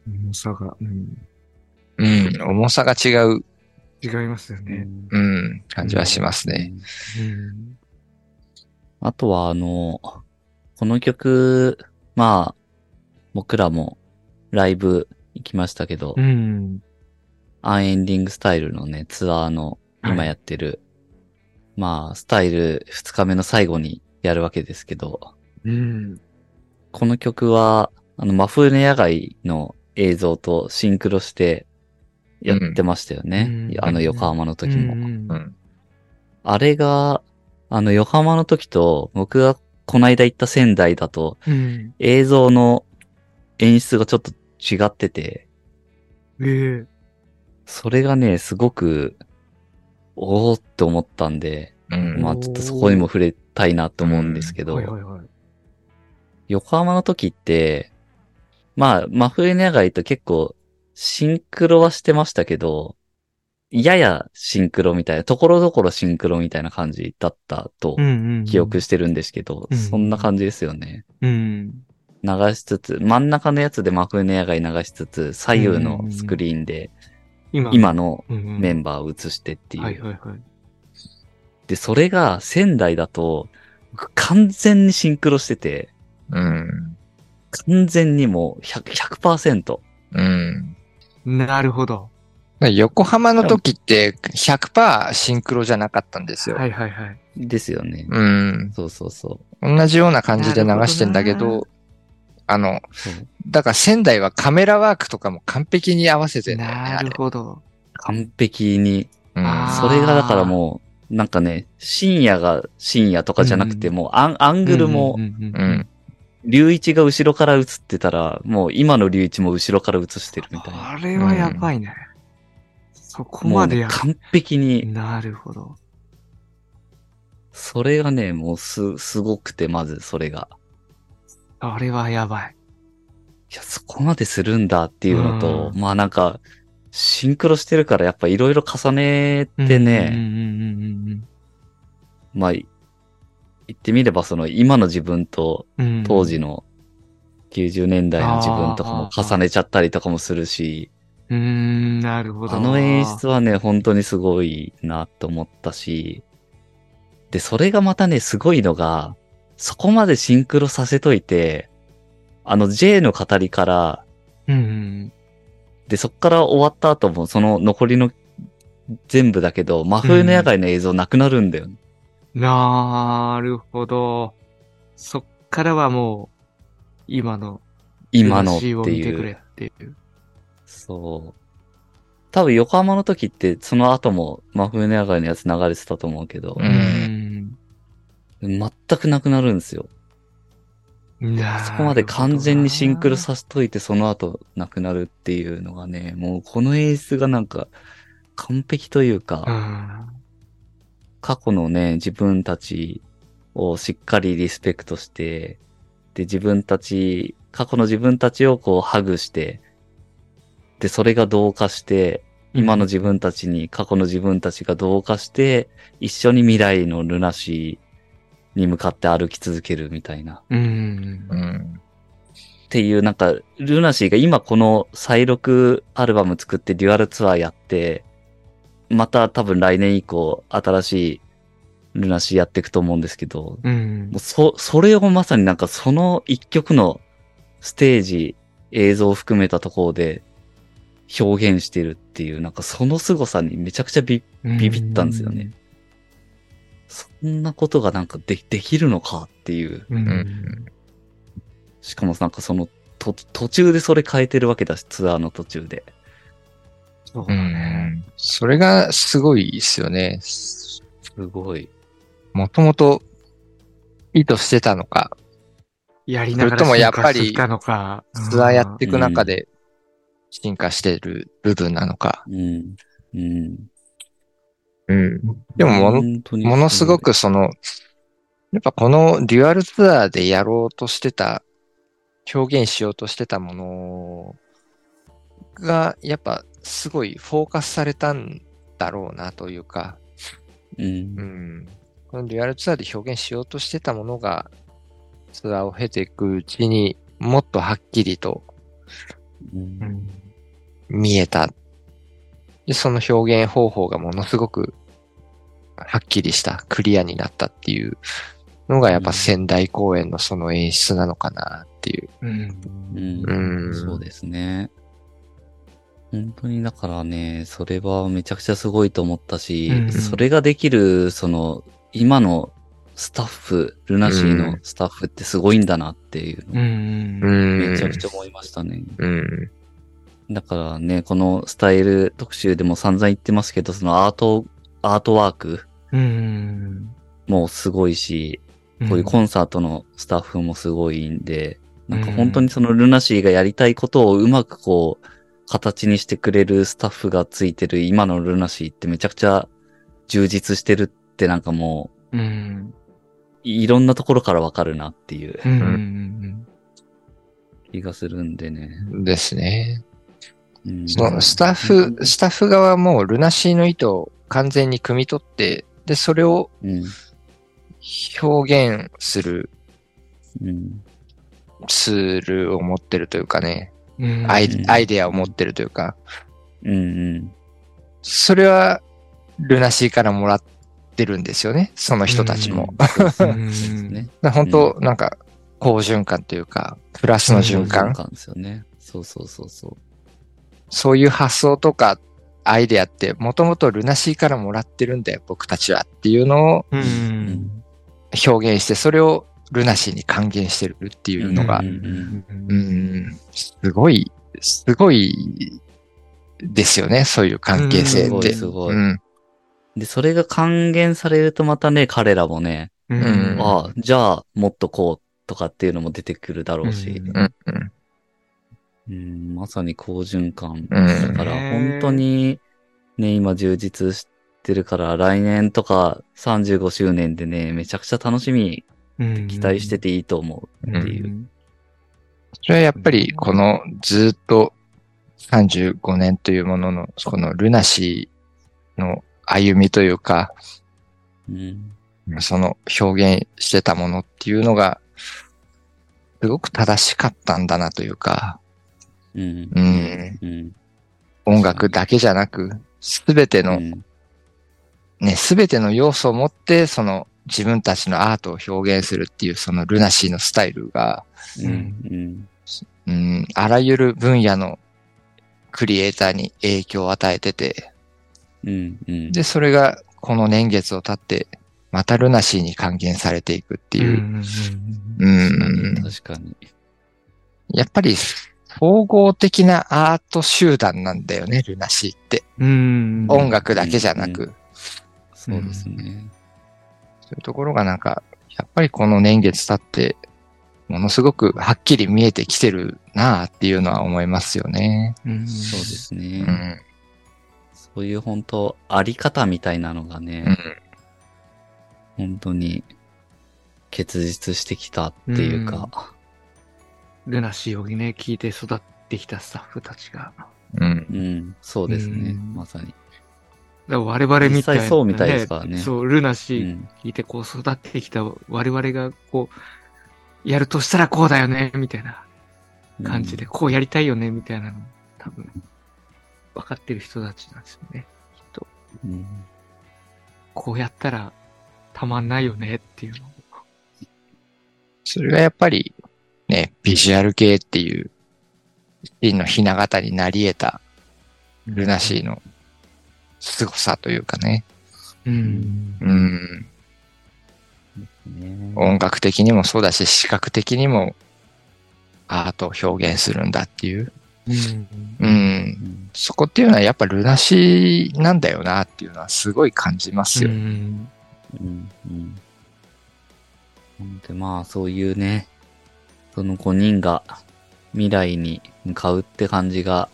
ん。重さが、うん、うん。重さが違う、違いますよね。うん。感じはしますね。うんうん。あとは、あの、この曲、まあ、僕らもライブ行きましたけど、うん。アンエンディングスタイルのね、ツアーの今やってる、まあ、スタイル2日目の最後にやるわけですけど、うん。この曲は、あの、真冬の野外の映像とシンクロしてやってましたよね。うんあの、横浜の時も。うんうん。あれが、あの、横浜の時と、僕がこの間行った仙台だと、うん。映像の演出がちょっと違ってて、ええ。それがね、すごく、おーって思ったんで、うん。まあちょっとそこにも触れたいなと思うんですけど、はいはいはい。横浜の時って、まあ、真冬の野外と結構、シンクロはしてましたけど、ややシンクロみたいな、ところどころシンクロみたいな感じだったとうん。記憶してるんですけど、うんそんな感じですよね。うん。流しつつ、真ん中のやつで真冬の野外流しつつ、左右のスクリーンで今。今のうん。メンバーを映してっていう。はいはいはい。で、それが仙台だと、僕完全にシンクロしてて、うん。完全にもう100 100%。うん。なるほど。横浜の時って100%シンクロじゃなかったんですよ。はいはいはい。ですよね。うん。そうそうそ同じような感じで流してんだけなるほど、あの、う。そうだから仙台はカメラワークとかも完璧に合わせてんだよね、なあるれ。ほど。完璧に。うんあーそれがだからもう、なんかね、深夜が深夜とかじゃなくて、うもうアンアングルもう、んう。ん。龍一が後ろから映ってたら、もう今の龍一も後ろから映してるみたいな。あれはやばいね。そこもうまでね、や完璧に、なるほど。それがね、もうす、すごくて、まずそれが。あれはやばい。いや、そこまでするんだっていうのと、うまあなんか、シンクロしてるからやっぱいろいろ重ねてね、うんうんうんまあ、い言ってみればその今の自分とうんうん。当時の90年代の自分とかも重ねちゃったりとかもするし、うーん、なるほど。あの演出はね、本当にすごいなと思ったし、で、それがまたね、すごいのが、そこまでシンクロさせといて、あの J の語りから、うんで、そっから終わった後も、その残りの全部だけど、真冬の野外の映像なくなるんだよね。うん。なるほど。そっからはもう、今の、今のってを見ていくうれ。っていう。そう。多分横浜の時って、その後も真冬の野外のやつ流れてたと思うけど、うん全くなくなるんですよ。うん。なそこまで完全にシンクロさせといて、その後なくなるっていうのがね、もうこの演出がなんか、完璧といううか、ん。過去のね、自分たちをしっかりリスペクトして、で、自分たち、過去の自分たちをこうハグして、で、それが同化して、今の自分たちに過去の自分たちが同化して、一緒に未来のルナシーに向かって歩き続けるみたいな。うん。うん。っていうなんか、ルナシーが今この再録アルバム作ってデュアルツアーやって、また多分来年以降新しいルナシーやっていくと思うんですけど、うんもう。そ、それをまさになんかその一曲のステージ、映像を含めたところで表現してるっていう、なんかその凄さにめちゃくちゃビビビったんですよね。そんなことがなんかでできるのかっていう。うん。ううんん。しかもなんかそのと途中でそれ変えてるわけだし、ツアーの途中で。そううだね。ん。それがすごいですよね。すごい。もともと意図してたのか、やりながらそれともやっぱり進化してきたのか。ツアーやっていく中で進化している部分なのか。うん。うん。うん。でももの、本当にものすごくその、やっぱこのデュアルツアーでやろうとしてた、表現しようとしてたものが、やっぱすごいフォーカスされたんだろうなというか、うん。うんうん。このデュアルツアーで表現しようとしてたものが、ツアーを経ていくうちにもっとはっきりとうんうん見えた。で、その表現方法がものすごくはっきりした、クリアになったっていうのがやっぱ仙台公演のその演出なのかなっていう。うん。うんうんそうですね。本当にだからね、それはめちゃくちゃすごいと思ったし、うんそれができる、その、今のスタッフ、ルナシーうんのスタッフってすごいんだなっていううのをん。んめちゃくちゃ思いましたね。うん。だからね、このスタイル特集でも散々言ってますけど、そのアート、アートワークうん。もすごいし、こういうコンサートのスタッフもすごいんで、なんか本当にそのルナシーがやりたいことをうまくこう、形にしてくれるスタッフがついてる今のルナシーってめちゃくちゃ充実してるってなんかもう、うん。いろんなところからわかるなっていううん。うん。気がするんでね。ですね。うんそのスタッフ、スタッフ側もルナシーの意図を完全に汲み取って、で、それをうん。表現するうん。ツールを持ってるというかね、うん。アイうんアイデアを持ってるというか、うん。うんそれはルナシーからもらってるんですよね、その人たちも。うんそうですねそううんです ね。だから本当、なんか、好循環というか、プラスの循環、ですよね。そうそうそうそう。そういう発想とか、アイデアって、もともとルナシーからもらってるんだよ、僕たちはっていうのをうん。表現して、それをルナシーに還元してるっていうのがうん、うん、すごい、すごい、ですよね、そういう関係性すごっいて。すごい。うん、で、それが還元されるとまたね、彼らもね、うんああ、じゃあ、もっとこうとかっていうのも出てくるだろうし、うんうん、うんうんまさに好循環。うだんから、本当に、ね、今充実してるから、来年とか35周年でね、めちゃくちゃ楽しみ、うん期待してていいと思うっていう。それはやっぱり、このずっと35年というものの、このルナシーの歩みというか、うん。その表現してたものっていうのが、すごく正しかったんだなというか、うん。うん、うん。音楽だけじゃなく、すべてうの、んね、すべての要素を持って、その自分たちのアートを表現するっていう、そのルナシーのスタイルが、うん。うん、あらゆる分野のクリエイターに影響を与えてて、うん。うん。で、それがこの年月を経って、またルナシーに還元されていくっていう。うん。確かに。やっぱり、総合的なアート集団なんだよね、ルナシーって。うん。音楽だけじゃなうく、そうですね。そういうところがなんか、やっぱりこの年月経って、ものすごくはっきり見えてきてるなあっていうのは思いますよね。そうですうね。ん。そういう本当、あり方みたいなのがね、うん。本当に結実してきたっていうか、ルナシーをね、聞いて育ってきたスタッフたちが。うんうん、そうですね、うんまさに。だから我々みたい実な、際そうみたいですからねそう、ルナシうーん、聞いてこう育ってきた我々がこう、やるとしたらこうだよね、みたいな感じで、こうやりたいよね、みたいなの、多分、分かってる人たちなんですよね。うん。こうやったらたまんないよねっていうの。それがやっぱり、ね、ビジュアル系っていう、一品のひな形になり得た、ルナシーの凄さというかね。うん。うん。ね音楽的にもそうだし、視覚的にもアートを表現するんだっていう。うん。うん。そこっていうのはやっぱルナシーなんだよなっていうのはすごい感じますよ。うんうんうんなんでまあそういうね、その5人が未来に向かうって感じが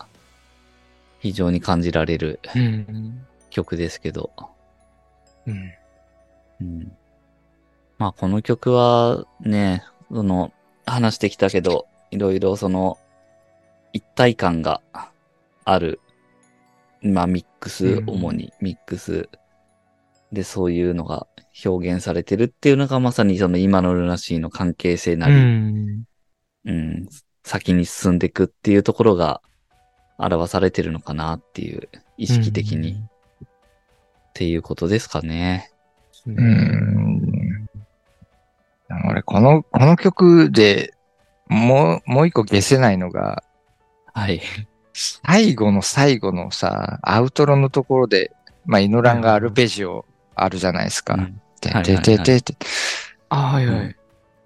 非常に感じられるうん。曲ですけど、うん。うん、まあこの曲はね、その話してきたけど、いろいろその一体感がある、まあミックス、うん主にミックスでそういうのが表現されてるっていうのがまさにその今のルナシーの関係性なり、うん。うん、先に進んでいくっていうところが表されてるのかなっていう、意識的に、っていうことですかね。う。うんん。俺、この、この曲でもう、もう一個消せないのが、はい。最後の最後のさ、アウトロのところで、まあ、イノランがアルペジオあるじゃないですうか。んてはいてててて。あ、はいはうい。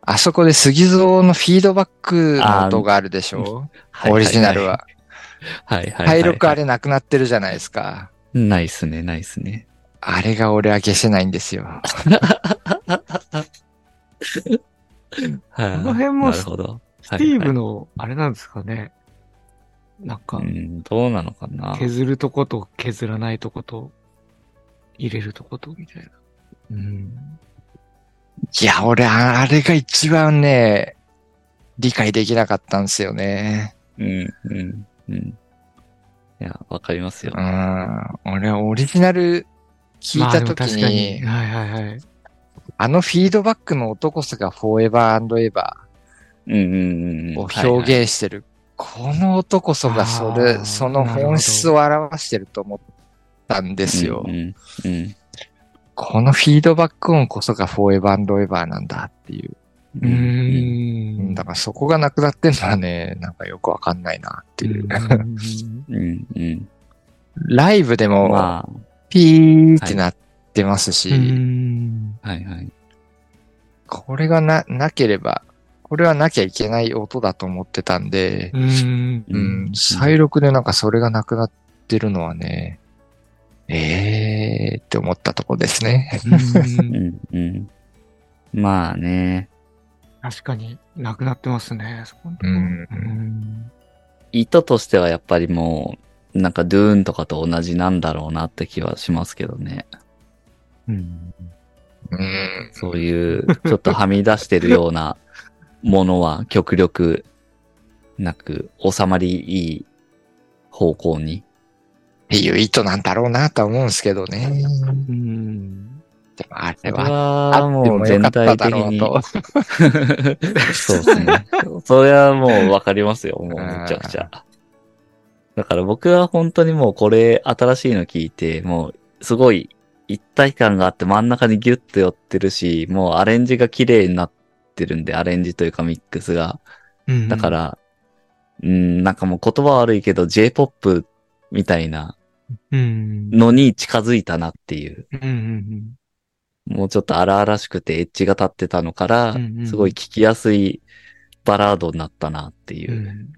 あそこで杉蔵のフィードバックの音があるでしょオリジナル。は。はいはいはい。体力あれなくなってるじゃないですか。ないっすね、ないっすね。あれが俺は消せないんですよ。はい。この辺もなるほど。スティーブの、の、あれなんですかね。なんかう、ん、どうなのかな。削るとこと削らないとこと、入れるとことみたいな。うん。いや、俺、ああれが一番ね、理解できなかったんですよね。うん、うん、うん。いや、わかりますよう。ん。俺、オリジナル聞いた時まあでも確かに、はいはいはい。あのフィードバックの男こそがフォーエバーエバうん、うん、うん。ーを表現してる。この男こそがそれあ、ーその本質を表してると思ったんでですよ。うん、うん。このフィードバック音こそがフォーエバーエバーなんだっていうう。んうーん。だからそこがなくなってんのはね、なんかよくわかんないなっていう。うん、うん。 ライブでも、まピーってなってますし、うん。あ、はいはい。これがな、なければ、これはなきゃいけない音だと思ってたんでう、ん。うん、再録でなんかそれがなくなってるのはね、えーって思ったとこですね。うん、うん。まあね、確かになくなってますね、そこのとこうんうん意図としてはやっぱりもう、なんかドゥーンとかと同じなんだろうなって気はしますけどね。うん、そういう、ちょっとはみ出してるようなものは極力なく、収まりいい方向 に。っていう意図なんだろうなとは思うんですけどね。うん。でもあそれれは、はあってももうよ全かっ体た的だろうに。と。そうですね。それはもうわかりますよ、もうめちゃくちゃ。だから僕は本当にもうこれ新しいの聞いて、もうすごい一体感があって真ん中にギュッと寄ってるし、もうアレンジが綺麗になってるんで、アレンジというかミックスが。うんだか、ら、うん、なんかもう言葉悪いけど J-POP みたいなうん。のに近づいたなっていう。うんうんもうちょっと荒々しくてエッジが立ってたのからうんう、んすごい聞きやすいバラードになったなっていうう。ん。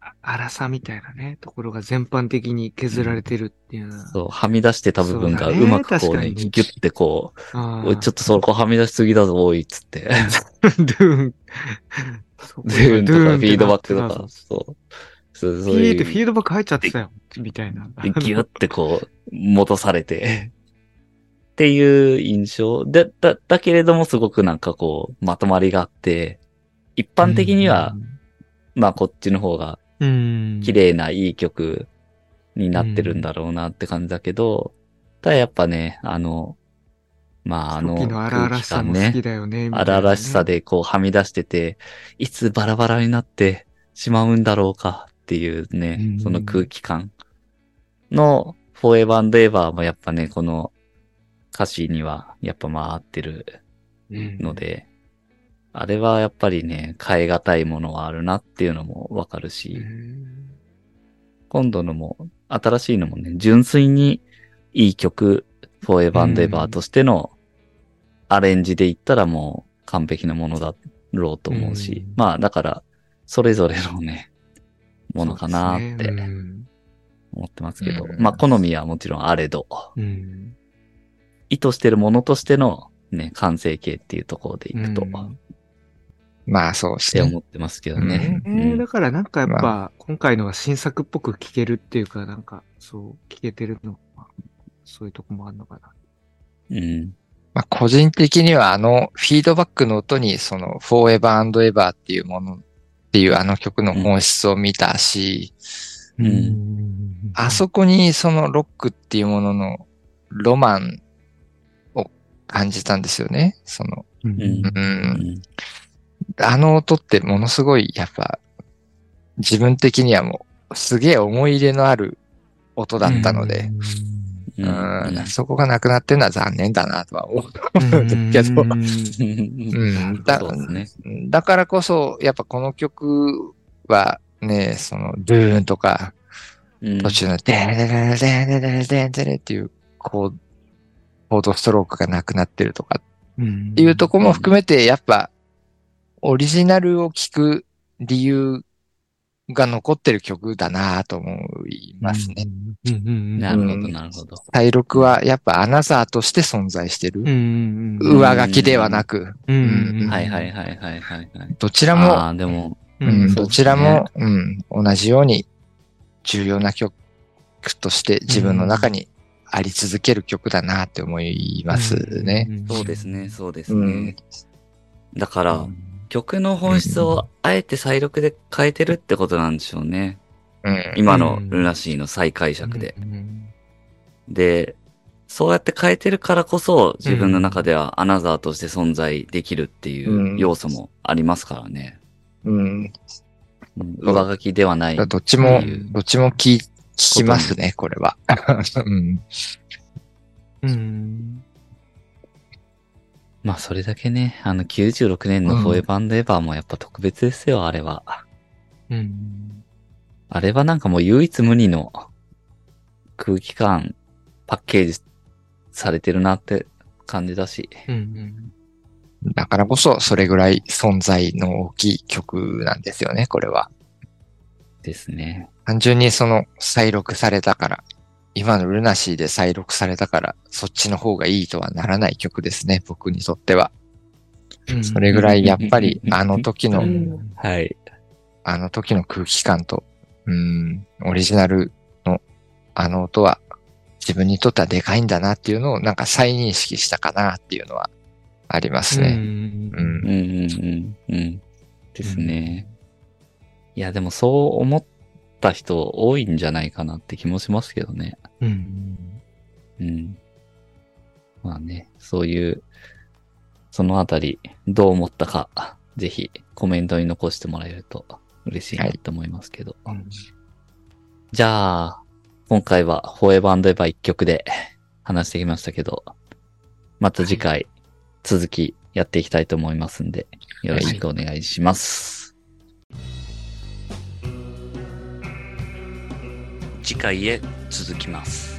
あ荒さみたいなね、ところが全般的に削られてるっていうのは。そう、はみ出してた部分がそううだねまくこうね、確かにギュッてこう、あおい、ちょっとそこはみ出しすぎだぞ、おい、つって。と、ドゥーン。そこ ズーンとかフィードバックドゥーンってなってとたか、そう。そう、ピそうーってフいィう。ードバック入っちゃってたよ、みたいな。でギュッてこう、戻されて。っていう印象。で、だ、だけれどもすごくなんかこう、まとまりがあって、一般的には、まあこっちの方がうん、綺麗ないい曲になってるんだろうなって感じだけど、ただやっぱね、あの、まあああの、の、時の荒々しさも好きだよね。みたいなね荒々しさ。でこうはみ出してて、いつバラバラになってしまうんだろうかっていうね、うんその空気感のフォーエバーエバーもやっぱね、この歌詞にはやっぱまあ合ってるうんので、あれはやっぱりね、変え難いものはあるなっていうのもわかるし、うん今度のも、新しいのもね、純粋にいい曲、フォーエバーエバーとしてのアレンジで言ったらもう完璧なものだろうと思うし、うんまあだから、それぞれのね、ものかなっそうですてねうん思ってますけど、うんまあ好みはもちろんあれど、うん意図してるものとしてのね、完成形っていうところでいくと、うんっまあそうしてて。思ってますけどね。えーうんだからなんかやっぱ、ま今回のは新作っぽく聞けるっていうか、なんか、そう、聞けてるのは、そういうとこもあるのかな。うん。まあ個人的にはあのフィードバックの音にその Forever and Ever っていうものっていうあの曲の本質を見たし、うんあそこにそのロックっていうもののロマンを感じたんですよね。その、うんう、うんん。あの音ってものすごいやっぱ自分的にはもうすげえ思い入れのある音だったので、ううんん、そこがなくなってるのは残念だなとは思ううん。けど、ううんん、だそうですね。だからこそ、やっぱこの曲はね、その、ドゥーンとか、うん途中の、デレレレレレレレレレっていう、こう、コードストロークがなくなってるとかっ っていうとこも含めて、やっぱ、オリジナルを聴く理由が残ってる曲だなぁと思いますね。。うんうんうん。なるほど、なるほど。体録はやっぱアナザーとして存在してるう。んうん上書きではなく、うんうはいはいはいはいはいはい。どちらもああ、でも、ううんん、そうどちらも、うん、同じように重要な曲として自分の中にあり続ける曲だなって思いますね。。そうですね、。そうですうねん。だから、曲の本質をあえて再録で変えてるってことなんでしょうね。うん。今のルナシーの再解釈で。。で、そうやって変えてるからこそ、自分の中ではアナザーとして存在できるっていう要素もありますからね。うん。うん上書きではない。どっちもう、んどっちも聞聞きますね、これは。 うん。うん。まあ、それだけね、あの、96年のフォーエバーエバーもやっぱ特別ですよ、あれは。うん。あれはなんかもう唯一無二の空気感、パッケージされてるなって感じだし。うん。だからこそ、それぐらい存在の大きい曲なんですよね、これは。ですね。単純にその、再録されたから、今のルナシーで再録されたから、そっちの方がいいとはならない曲ですね、僕にとっては。それぐらいやっぱりうんあの時のの、はい。あの時の空気感と、うん、オリジナルのあの音は自分にとってはでかいんだなっていうのをなんか再認識したかなっていうのはありますね。う。うんんうんうんうん。ですね。いや、でもそう思った人多いんじゃないかなって気もしますけどね。うん。うん。まあね、そういう、そのあたり、どう思ったか、ぜひコメントに残してもらえると嬉しいなと思いますけど。じゃあ、今回はフォーエバーエバー一曲で 話してきましたけど、また次回、続きやっていきたいと思いますんで、よろしくお願いします。次回へ続きます。